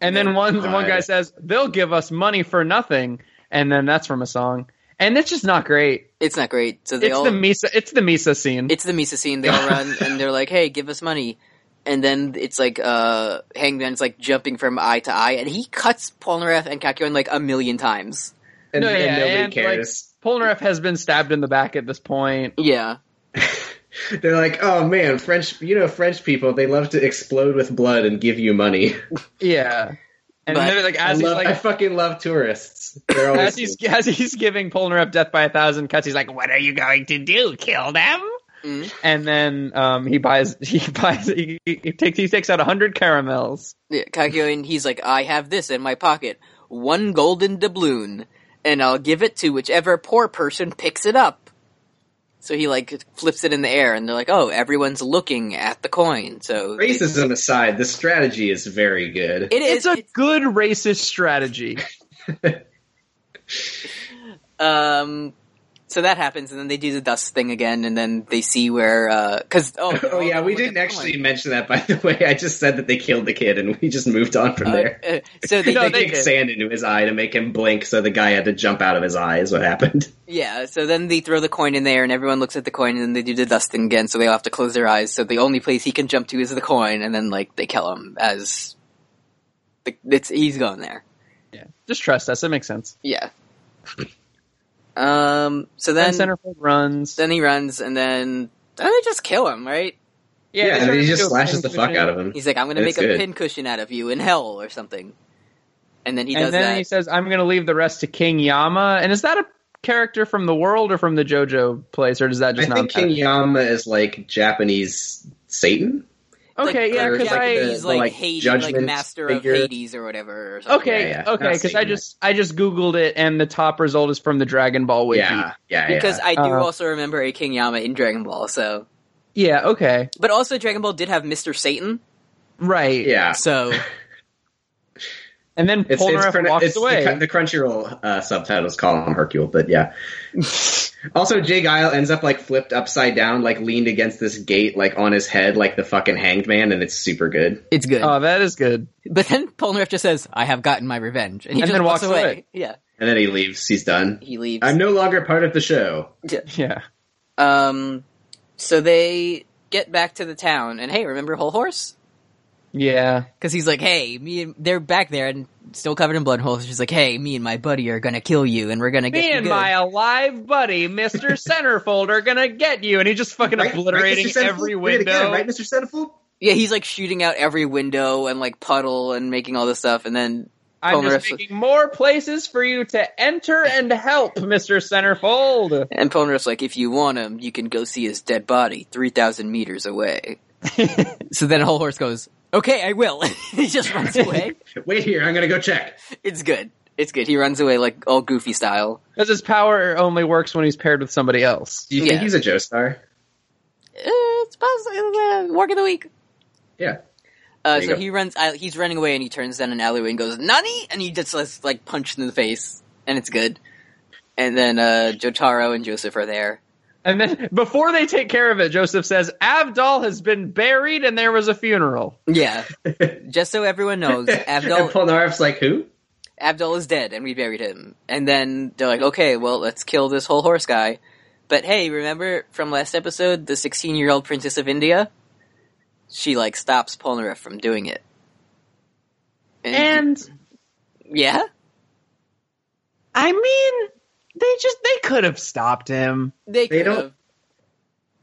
B: And then one
C: God.
B: one guy says, "They'll give us money for nothing." And then that's from a song. And it's just not great.
A: It's not great. So they
B: It's
A: all
B: the Misa it's the Misa scene.
A: it's the Misa scene. They all run and they're like, "Hey, give us money." And then it's like uh Hangman's like jumping from eye to eye, and he cuts Polnareff and Kakyoin like a million times.
C: and,
B: No,
C: and
B: yeah,
C: nobody
B: and,
C: cares.
B: Polnareff has been stabbed in the back at this point.
A: Yeah,
C: They're like, oh man, French. You know, French people they love to explode with blood and give you money.
B: Yeah. And
A: But
B: then, like as
C: I,
B: he's
C: love, I
B: like
C: fucking love tourists. They're always
B: as he's as he's giving Polnareff death by a thousand cuts, he's like, "What are you going to do? Kill them?"
A: Mm.
B: And then um, he buys he buys he, he takes he takes out a hundred caramels.
A: yeah Kakyoin, he's like, "I have this in my pocket, one golden doubloon, and I'll give it to whichever poor person picks it up." So he like flips it in the air, and they're like, "Oh, everyone's looking at the coin." So
C: racism aside, the strategy is very
A: it
C: good.
A: is.
B: It's a
A: it's-
B: good racist strategy.
A: Um, so that happens, and then they do the dust thing again, and then they see where because oh,
C: Oh yeah, we
A: look at
C: didn't
A: the
C: actually
A: coin.
C: mention that by the way. I just said that they killed the kid and we just moved on from there.
A: Uh, uh, so they,
B: No,
A: they-
C: they kicked
B: did.
C: sand into his eye to make him blink so the guy had to jump out of his eye is what happened.
A: yeah, so then they throw the coin in there, and everyone looks at the coin, and then they do the dust thing again. So they all have to close their eyes. So the only place he can jump to is the coin, and then like they kill him as the, it's he's going there.
B: Just trust us; it makes sense.
A: Yeah. Um. So
B: Then
A: then
B: centerfold runs.
A: then he runs, and then then they just kill him, right?
C: Yeah,
B: they
C: and
B: turn
C: then he
B: into
C: just
B: a
C: slashes the
B: fucking
C: fuck out of him.
A: He's like, I'm gonna
C: That's
A: make a
C: good.
A: pincushion out of you in hell or something. and then he does
B: and then
A: that.
B: he says, "I'm going to leave the rest to King Yama." And is that a character from the world or from the JoJo place, or does that
C: I
B: just not?
C: think
B: matter?
C: King Yama is like Japanese Satan.
B: okay,
A: like,
B: yeah,
C: or
B: because
C: like
B: I
C: the-
A: he's like,
C: like,
A: Hades, like
C: judgment
A: master
C: figure.
A: of Hades or whatever. Or something.
B: okay,
C: Yeah, yeah.
B: okay,
C: Not
B: because I
C: Satan.
B: just I just googled it, and the top result is from the Dragon Ball wiki.
C: Yeah, yeah, yeah.
A: because I do
B: Uh,
A: also remember a King Yama in Dragon Ball. So,
B: Yeah, okay,
A: but also Dragon Ball did have Mister Satan.
B: right.
C: yeah,
A: So
B: and then
C: it's, it's,
B: Polnareff
C: pronu-
B: walks
C: it's the
B: away.
C: cr- The, Crunchyroll uh, subtitles call him Hercule, but yeah. also, Jay Guile ends up like flipped upside down, like leaned against this gate, like on his head, like the fucking hanged man, and it's super good.
A: it's good.
B: oh, that is good.
A: but then Polnareff just says, "I have gotten my revenge," and he
B: And
A: just
B: then walks
A: away.
B: away.
A: Yeah,
C: And then he leaves. He's done.
A: he leaves.
C: I'm no longer part of the show.
B: Yeah.
A: um, so they get back to the town, and hey, remember Whole Horse?
B: Yeah.
A: Because he's like, "Hey, me and they're back there and still covered in blood." And Whole Horse is like, "Hey, me and my buddy are gonna kill you, and we're gonna get
B: Me
A: you
B: and
A: good."
B: my alive buddy, Mr. Centerfold, are gonna get you. And he's just fucking
C: Right- right,
B: obliterating
C: Mr. Centerfold?
B: every
C: Do it
B: window.
C: again, right, Mr. Centerfold?
A: Yeah, he's like shooting out every window and like puddle and making all this stuff, and then
B: I'm just
A: Polnareff-
B: making more places for you to enter and help, Mr. Centerfold.
A: and Polnareff's like, if you want him, you can go see his dead body three thousand meters away. so then Whole Horse goes, "Okay, I will." he just runs away.
C: Wait here. I'm gonna go check.
A: it's good. It's good. He runs away like all goofy style.
B: Because his power only works when he's paired with somebody else.
C: Do you think
A: Yeah.
C: he's a Joestar?
A: Eh, It's possible. Work of the week.
C: Yeah.
A: Uh,
C: There you
A: so
C: go.
A: he runs. Uh, he's running away, and he turns down an alleyway and goes "Nani!" and he just gets like punched in the face, and it's good. And then uh, Jotaro and Joseph are there.
B: And then before they take care of it, Joseph says, Abdal has been buried and there was a funeral.
A: Yeah. Just so everyone knows,
C: and
A: Abdul
C: Polnareff's like, who?
A: Abdul is dead and we buried him. And then they're like, okay, well, let's kill this whole horse guy. But hey, remember from last episode, the 16 year old princess of India? She like stops Polnareff from doing it.
B: And
A: yeah,
B: I mean, they just they could have stopped him.
A: they,
C: They
A: could
C: don't-
A: have.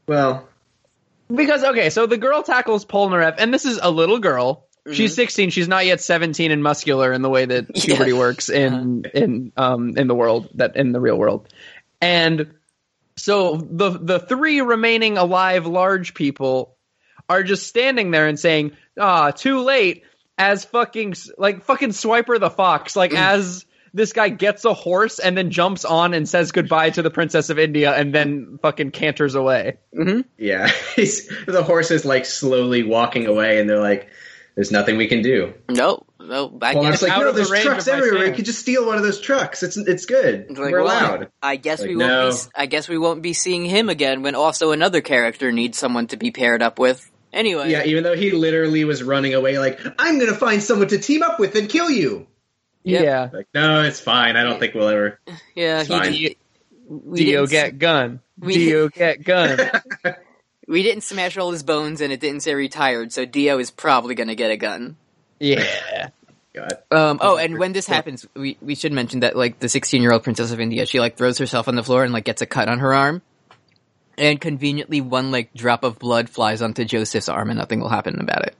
C: Well,
B: Because okay, so the girl tackles Polnareff, and this is a little girl. She's
A: Mhm.
B: sixteen. She's not yet seventeen and muscular in the way that
A: Yeah. Uh-huh.
B: puberty works in in um in the world that in the real world. And so the the three remaining alive large people are just standing there and saying, "Ah, too late." As fucking like fucking Swiper the Fox, like
A: Mm.
B: as this guy gets a horse and then jumps on and says goodbye to the princess of India and then fucking canters away.
C: yeah. He's, the horse is like slowly walking away, and they're like, there's nothing we can do.
A: No, no, I
C: Polnareff's
A: guess.
C: like,
B: out
C: no,
B: of the
C: there's
B: range
C: trucks
B: of my
C: everywhere. You
B: stand.
C: could just steal one of those trucks. It's it's good.
A: It's like,
C: We're
A: well,
C: allowed.
A: I guess
C: Like,
A: we won't.
C: no.
A: Be, s- I guess we won't be seeing him again when also another character needs someone to be paired up with. Anyway,
C: Yeah, even though he literally was running away, like I'm gonna find someone to team up with and kill you.
A: Yep.
B: Yeah.
C: Like, no, it's fine. I don't think we'll ever.
A: yeah,
C: It's
A: he,
C: fine.
A: did- we
B: Dio
A: didn't s-
B: get gun.
A: we-
B: Dio get gun.
A: We didn't smash all his bones and it didn't say retired, so Dio is probably gonna get a gun.
B: Yeah.
C: God.
A: Um, oh, and when this happens, we, we should mention that, like, the 16 year old princess of India, she, like, throws herself on the floor and, like, gets a cut on her arm. And conveniently, one, like, drop of blood flies onto Joseph's arm and nothing will happen about it.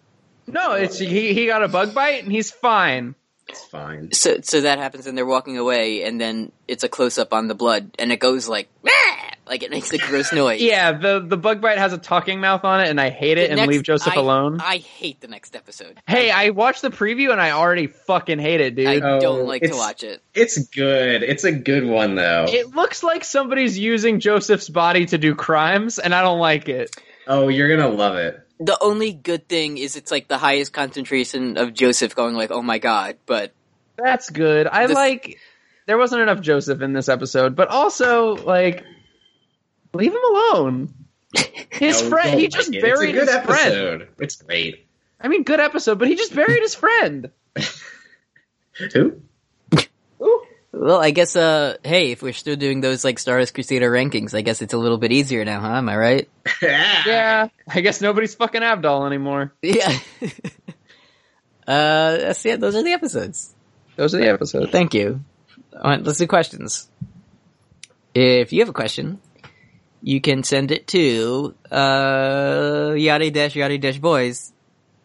B: No, it's he, he got a bug bite and he's fine.
C: It's fine.
A: So, so that happens and they're walking away and then it's a close up on the blood and it goes like, "Ah!" like, it makes a gross noise.
B: Yeah, the the bug bite has a talking mouth on it and I hate it and
A: Next-
B: leave Joseph
A: I-
B: alone.
A: I hate the next episode.
B: hey, I watched the preview and I already fucking hate it, dude.
A: I
C: Oh,
A: don't like to
C: it's-
A: watch it.
C: It's good. It's a good one though.
B: it looks like somebody's using Joseph's body to do crimes and I don't like it.
C: oh, you're gonna love it.
A: the only good thing is it's like the highest concentration of Joseph going like, "Oh my god!" But
B: That's good. I
A: This-
B: like there wasn't enough Joseph in this episode, but also like leave him alone. His
C: No,
B: friend
C: don't
B: he
C: like
B: just
C: it.
B: buried
C: it's a
B: his
C: good
B: friend.
C: episode. It's great.
B: I mean, good episode, but he just buried his friend.
C: Who?
A: well, I guess uh, hey, if we're still doing those like Stardust Crusader rankings, I guess it's a little bit easier now, huh? Am I right?
B: Yeah, I guess nobody's fucking Abdal anymore.
A: Yeah. uh, that's it. Those are the episodes.
B: Those are the episodes.
A: Thank you. All right, let's do questions. If you have a question, you can send it to uh yada dash yada dash boys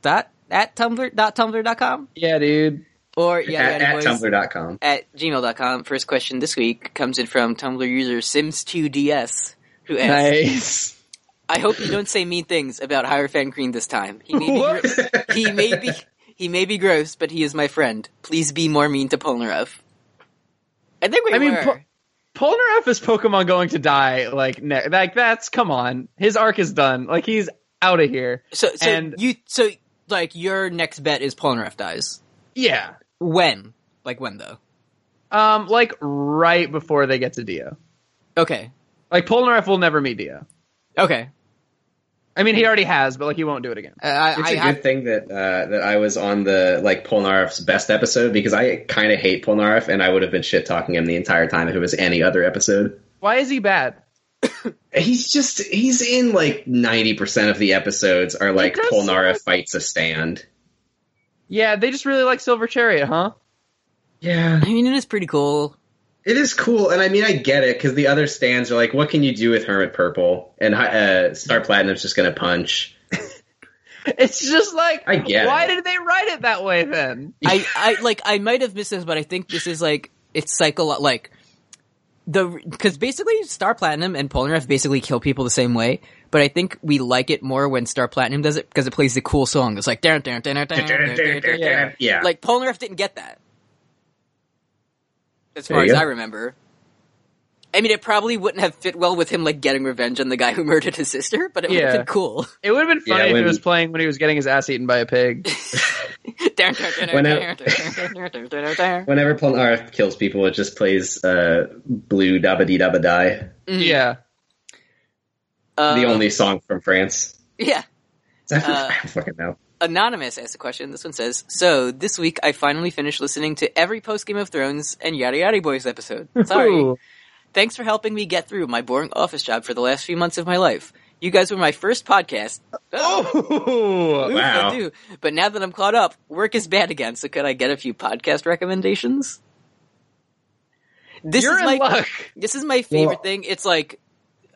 A: dot at tumblr dot tumblr dot com.
B: Yeah, dude.
A: Or yeah,
C: at,
A: yeah,
C: at
A: boys.
C: tumblr.com.
A: at gmail.com. First question this week comes in from Tumblr user Sims2DS, who asks,
B: Nice.
A: I hope you don't say mean things about Hierophant Green this time. He may, be
B: What?
A: gro- he may be he may be gross, but he is my friend. Please be more mean to Polnareff. I think we
B: I mean,
A: were.
B: Po- Polnareff is Pokemon going to die. Like, ne- like that's come on. His arc is done. Like he's out of here.
A: so so
B: and-
A: you so like your next bet is Polnareff dies.
B: Yeah.
A: When? Like when though?
B: Um, like right before they get to Dio.
A: Okay.
B: Like Polnareff will never meet Dio.
A: Okay.
B: I mean, he already has, but like he won't do it again.
A: Uh, I,
C: It's
A: I
C: a
A: have-
C: good thing that uh, that I was on the like Polnareff's best episode because I kind of hate Polnareff and I would have been shit talking him the entire time if it was any other episode.
B: Why is he bad?
C: He's just he's in like ninety percent of the episodes are like
B: does seem
C: Polnareff
B: like-
C: fights a stand.
B: Yeah, they just really like Silver Chariot, huh?
C: Yeah,
A: I mean, it is pretty cool.
C: it is cool, and I mean I get it because the other stands are like, what can you do with Hermit Purple and uh, Star Platinum's just gonna punch.
B: It's just like
C: I get
B: why
C: it.
B: did they write it that way then?
A: I, I like I might have missed this, but I think this is like it's psycho like the because basically Star Platinum and Polnareff basically kill people the same way. But I think we like it more when Star Platinum does it because it plays the cool song. It's like down down down down
C: Yeah,
A: like Polnareff didn't get that. As far
C: There
A: as
C: you
A: I
C: go.
A: remember. I mean, it probably wouldn't have fit well with him, like, getting revenge on the guy who murdered his sister, but it would have
B: Yeah.
A: been cool.
B: It would have been funny
C: Yeah,
B: if
C: when-
B: he was playing when he was getting his ass eaten by a pig.
A: Down, down, down, down,
C: When
A: down, down, down, down.
C: Whenever Polnareff kills people, it just plays uh, "Blue Dabba Dee Dabba Die,"
A: Mm.
B: yeah.
A: Uh,
C: the only song from France.
A: Yeah.
C: I don't
A: Uh,
C: fucking know.
A: Anonymous asked a question. This one says, "So this week I finally finished listening to every post Game of Thrones and Yada Yada Boys episode. Sorry,
B: Ooh.
A: thanks for helping me get through my boring office job for the last few months of my life. You guys were my first podcast.
B: Oh.
A: Oof,
C: wow.
A: I do. But now that I'm caught up, work is bad again. So could I get a few podcast recommendations? This
B: You're
A: is
B: in
A: my
B: luck.
A: this is my favorite
C: Well-
A: thing. It's like,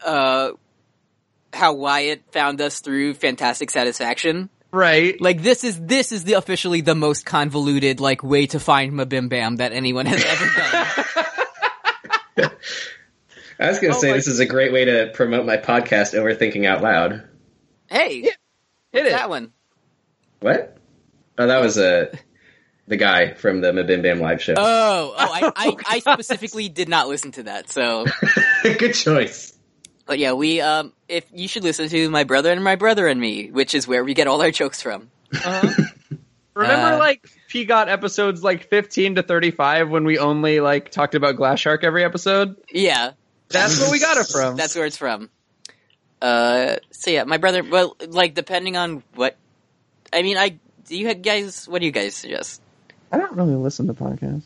A: uh, how Wyatt found us through Fantastic Satisfaction."
B: Right.
A: Like this is this is the officially the most convoluted like way to find Mabim Bam that anyone has ever done.
C: I was going to
B: Oh
C: say
B: my-
C: this is a great way to promote my podcast, Overthinking Out Loud.
A: hey,
B: Hit it.
A: that one.
C: What? Oh, that was uh, the guy from the Mabim Bam live show.
A: Oh, oh, I, I, I specifically did not listen to that. So,
C: Good choice.
A: but yeah, we um, if you should listen to my brother and my brother and me, which is where we get all our jokes from. uh-huh.
B: Remember
A: Uh,
B: like P got episodes like 15 to 35 when we only like talked about Glass Shark every episode?
A: Yeah,
B: That's where we got it
C: Um,
B: from.
A: that's where it's from. Uh, so yeah, my brother. Well, like depending on what, I mean, I do you guys? What do you guys suggest?
B: I don't really listen to podcasts.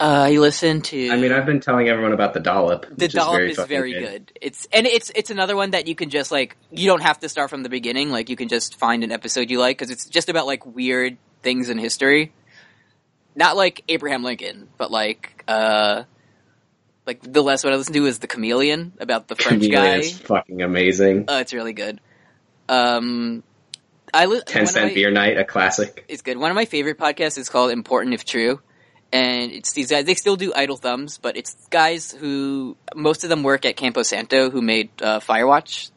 A: Uh, you listen to.
C: I mean, I've been telling everyone about the dollop.
A: the
C: which
A: dollop is
C: fucking
A: very, good. It's and it's it's another one that you can just like you don't have to start from the beginning. Like you can just find an episode you like because it's just about like weird things in history, not like Abraham Lincoln, but like uh, like the last one I listened to is the Chameleon about the French
C: Chameleon
A: guy.
C: is fucking amazing.
A: Uh, it's really good. Um, I li-
C: Ten
A: one of
C: cent
A: my-
C: beer night, a classic.
A: it's good. One of my favorite podcasts is called Important If True. And it's these guys, they still do Idle Thumbs, but it's guys who, most of them work at Campo Santo who made uh, Firewatch,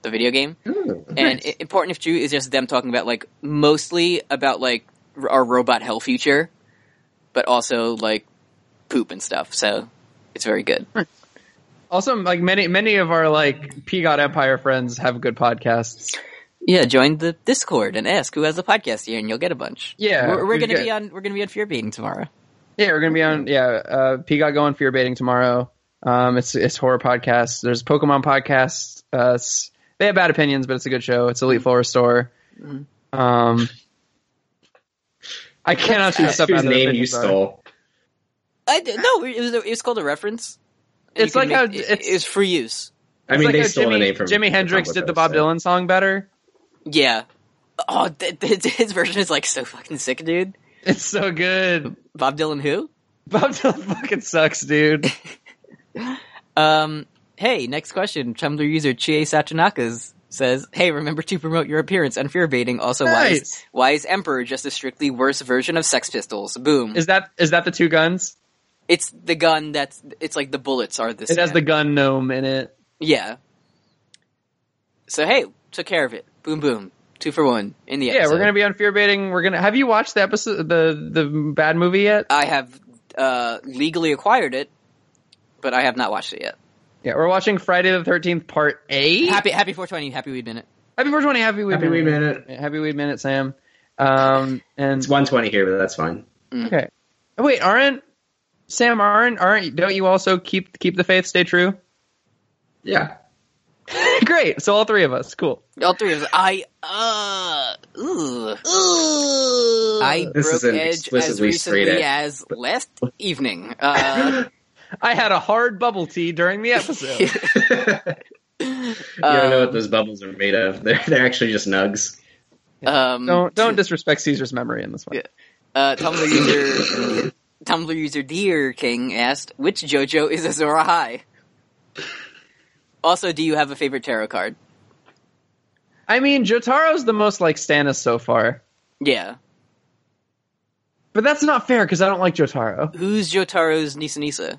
A: the video game. And I- Important If True is just them talking about, like, mostly about, like, r- our robot hell future, but also, like, poop and stuff. So it's very good.
B: Also, like many many of our like P got Empire friends have good podcasts.
A: Yeah, join the Discord and ask who has a podcast here, and you'll get a bunch.
B: Yeah,
A: we're, we're
B: we've
A: gonna
B: got-
A: be on we're gonna be on Fear Beating tomorrow.
B: Yeah, we're gonna be on. Yeah, uh, P got going fear baiting tomorrow. Um, it's it's horror podcast. There's Pokemon podcast. Uh, s- they have bad opinions, but it's a good show. It's Elite Full Restore.
A: Mm-hmm.
B: Um, I cannot choose
C: That's
B: stuff
C: whose
B: out of
C: name you
B: opinions are.
C: stole.
A: I d- no, it was it was called a reference. And
B: It's
A: you can
B: like
A: make- it,
B: how it's-
A: it's for use.
C: I
B: It's
C: mean,
B: like
C: they
B: how
C: stole
B: Jimi-
C: the name from
B: Jimi
C: from
B: Hendrix. Did the Bob
C: Post, so.
B: Dylan song better?
A: Yeah. Oh, th- th- his version is like so fucking sick, dude.
B: It's so good.
A: Bob Dylan, who?
B: Bob Dylan fucking sucks, dude.
A: Um. Hey, next question. Tumblr user Chie Satanaka's says, "Hey, remember to promote your appearance and fear baiting. Also, why is
B: Nice.
A: why is Emperor just a strictly worse version of Sex Pistols? Boom!
B: Is that is that the two guns?
A: it's the gun that's it's like the bullets are this.
B: It has the gun gnome in it.
A: yeah. So hey, took care of it. Boom, boom, two for one in the
B: Yeah,
A: episode.
B: we're gonna be on fear baiting. We're gonna. Have you watched the episode, the the bad movie yet?
A: I have uh, legally acquired it, but I have not watched it yet.
B: Yeah, we're watching Friday the Thirteenth Part A.
A: Happy Happy 420. Happy Weed Minute.
B: Happy 420. Happy Weed
C: Happy Wee
B: Minute.
C: Minute.
B: Yeah, Happy Weed Minute, Sam. Um, and
C: It's 120 here, but that's fine.
B: okay. Oh, Wait, aren't Sam? Aren't aren't? Don't you also keep keep the faith, stay true?
C: Yeah.
B: Great. So all three of us. Cool.
A: All three of us. I uh ooh. I
C: This
A: broke
C: is an
A: edge as
C: explicitly straight
A: recently
C: edge.
A: as last evening. Uh,
B: I had a hard bubble tea during the episode.
C: You don't know what those bubbles are made of. They're, they're actually just nugs.
A: um,
B: don't don't disrespect Caesar's memory in this one.
A: Yeah. uh, Tumblr user Tumblr user Deer King asked, "Which JoJo is Azura High?" Also, do you have a favorite tarot card?
B: I mean, Jotaro's the most like Stannis so far,
A: Yeah.
B: but that's not fair because I don't like Jotaro.
A: Who's Jotaro's Nisa Nisa?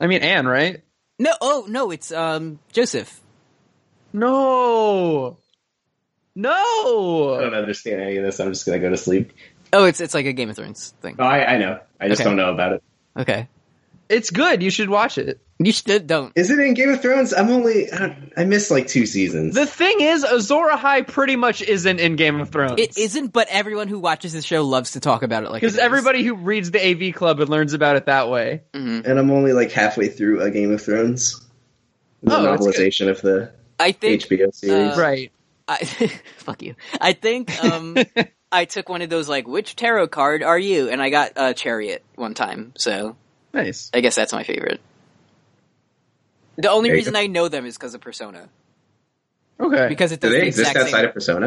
B: I mean, Anne, right?
A: No, oh no, it's um Joseph.
B: No,
C: I
B: no.
C: don't understand any of this. I'm just going to go to sleep.
A: Oh, it's it's like a Game of Thrones thing.
C: Oh, I, I know. I just
A: Okay.
C: don't know about it.
B: Oh.
A: Okay,
B: It's good. You should watch it.
A: you should don't.
C: Is it in Game of Thrones? I'm only. I, don't- I missed like two seasons.
B: The thing is, Azora High pretty much isn't in Game of Thrones.
A: It isn't, but everyone who watches the show loves to talk about it. Like it
B: because
A: is.
B: everybody who reads the AV Club and learns about it that way.
A: Mhm.
C: and I'm only like halfway through a Game of Thrones. The
B: Oh, that's good.
C: novelization of the
A: I think
C: HBO series.
A: Uh,
B: right.
A: I, fuck you. I think um, I took one of those like, which tarot card are you? And I got a uh, chariot one time, so
B: Nice.
A: I guess that's my favorite. The only
C: There you
A: reason
C: go.
A: I know them is because of Persona,
B: Okay.
A: because it
C: Do
A: does
C: they
A: the
C: exist
A: exact same.
C: outside of Persona?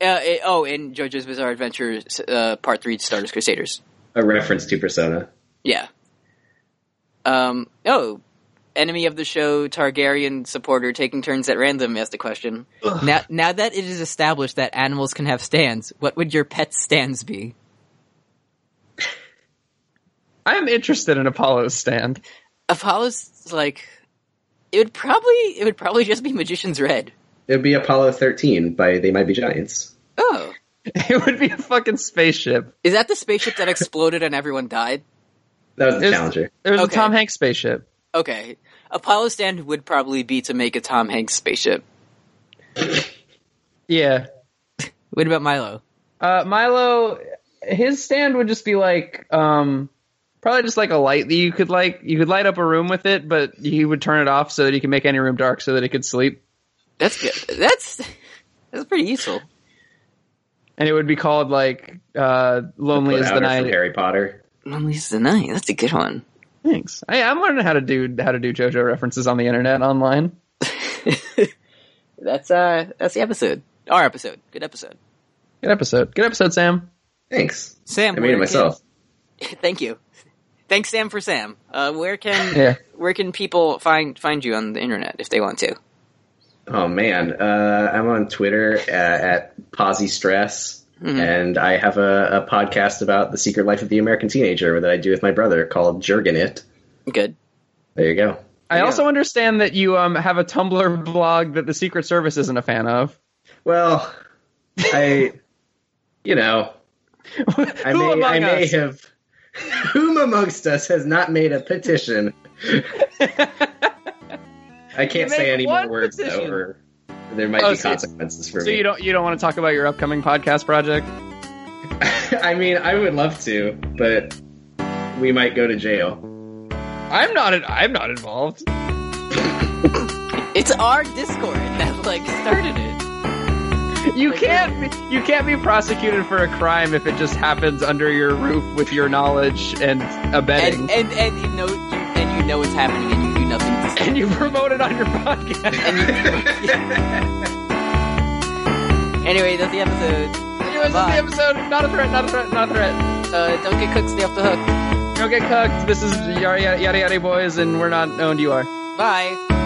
A: uh, it- oh, in JoJo's Bizarre Adventure uh, Part Three: Stardust Crusaders.
C: A reference to Persona.
A: Yeah. Um. Oh, enemy of the show, Targaryen supporter taking turns at random asked a question. Now, now that it is established that animals can have stands, what would your pet's stands be?
B: I'm interested in Apollo's stand.
A: Apollo's like it would probably it would probably just be Magician's Red.
C: It'd be Apollo 13 by They Might Be Giants.
A: Oh,
B: It would be a fucking spaceship.
A: is that the spaceship that exploded and everyone died?
C: That was the
B: There's-
C: challenger.
B: There's
A: Okay.
B: a Tom Hanks spaceship.
A: Okay, Apollo stand would probably be to make a Tom Hanks spaceship.
B: Yeah.
A: What about Milo?
B: Uh, Milo, his stand would just be like, um, probably just like a light that you could like, you could light up a room with it, but he would turn it off so that he can make any room dark so that it could sleep.
A: That's good. That's that's pretty useful.
B: And it would be called like, uh, Lonely
C: Put
B: as the
C: outer from
B: Night.
C: Harry Potter.
A: Lonely's the night. That's a good one.
B: Thanks. I, I'm learning how to do, how to do JoJo references on the internet online.
A: That's uh that's the episode. Our episode. Good episode.
B: Good episode. Good episode, Sam.
C: Thanks.
A: Sam,
C: I made
A: where
C: it myself.
A: Can, thank you. Thanks, Sam, for Sam. Uh, where can
B: Yeah.
A: where can people find find you on the internet if they want to?
C: Oh man, uh, I'm on Twitter uh, at Posy Stress,
B: Hmm.
C: and I have a, a podcast about the secret life of the American teenager that I do with my brother called Jergin It.
A: Good.
C: There you go.
B: I
A: Yeah.
B: also understand that you um have a Tumblr blog that the Secret Service isn't a fan of.
C: Well, I, you know,
B: Who
C: I may,
B: among
C: I may
B: us?
C: have. Whom amongst us has not made a petition? I can't say
B: made
C: any more
B: one
C: words
B: petition.
C: though, or there might
B: Oh,
C: be
B: so-
C: consequences for
B: So
C: me.
B: you don't you don't want to talk about your upcoming podcast project?
C: I mean, I would love to, but we might go to jail.
B: I'm not in, I'm not involved.
A: It's our Discord that like started it.
B: You can't be, you can't be prosecuted for a crime if it just happens under your roof with your knowledge and abetting.
A: And
B: And,
A: and and you know you, and you know it's happening and you do nothing to stop
B: you promote it on your podcast.
A: it. Anyway, that's the episode.
B: Anyways,
A: Bye.
B: this is the episode. Not a threat. Not a threat. Not a threat.
A: Uh, don't get cooked, stay off the hook.
B: Don't get cooked. This is yada yada yada, yada boys, and we're not owned. You are.
A: Bye.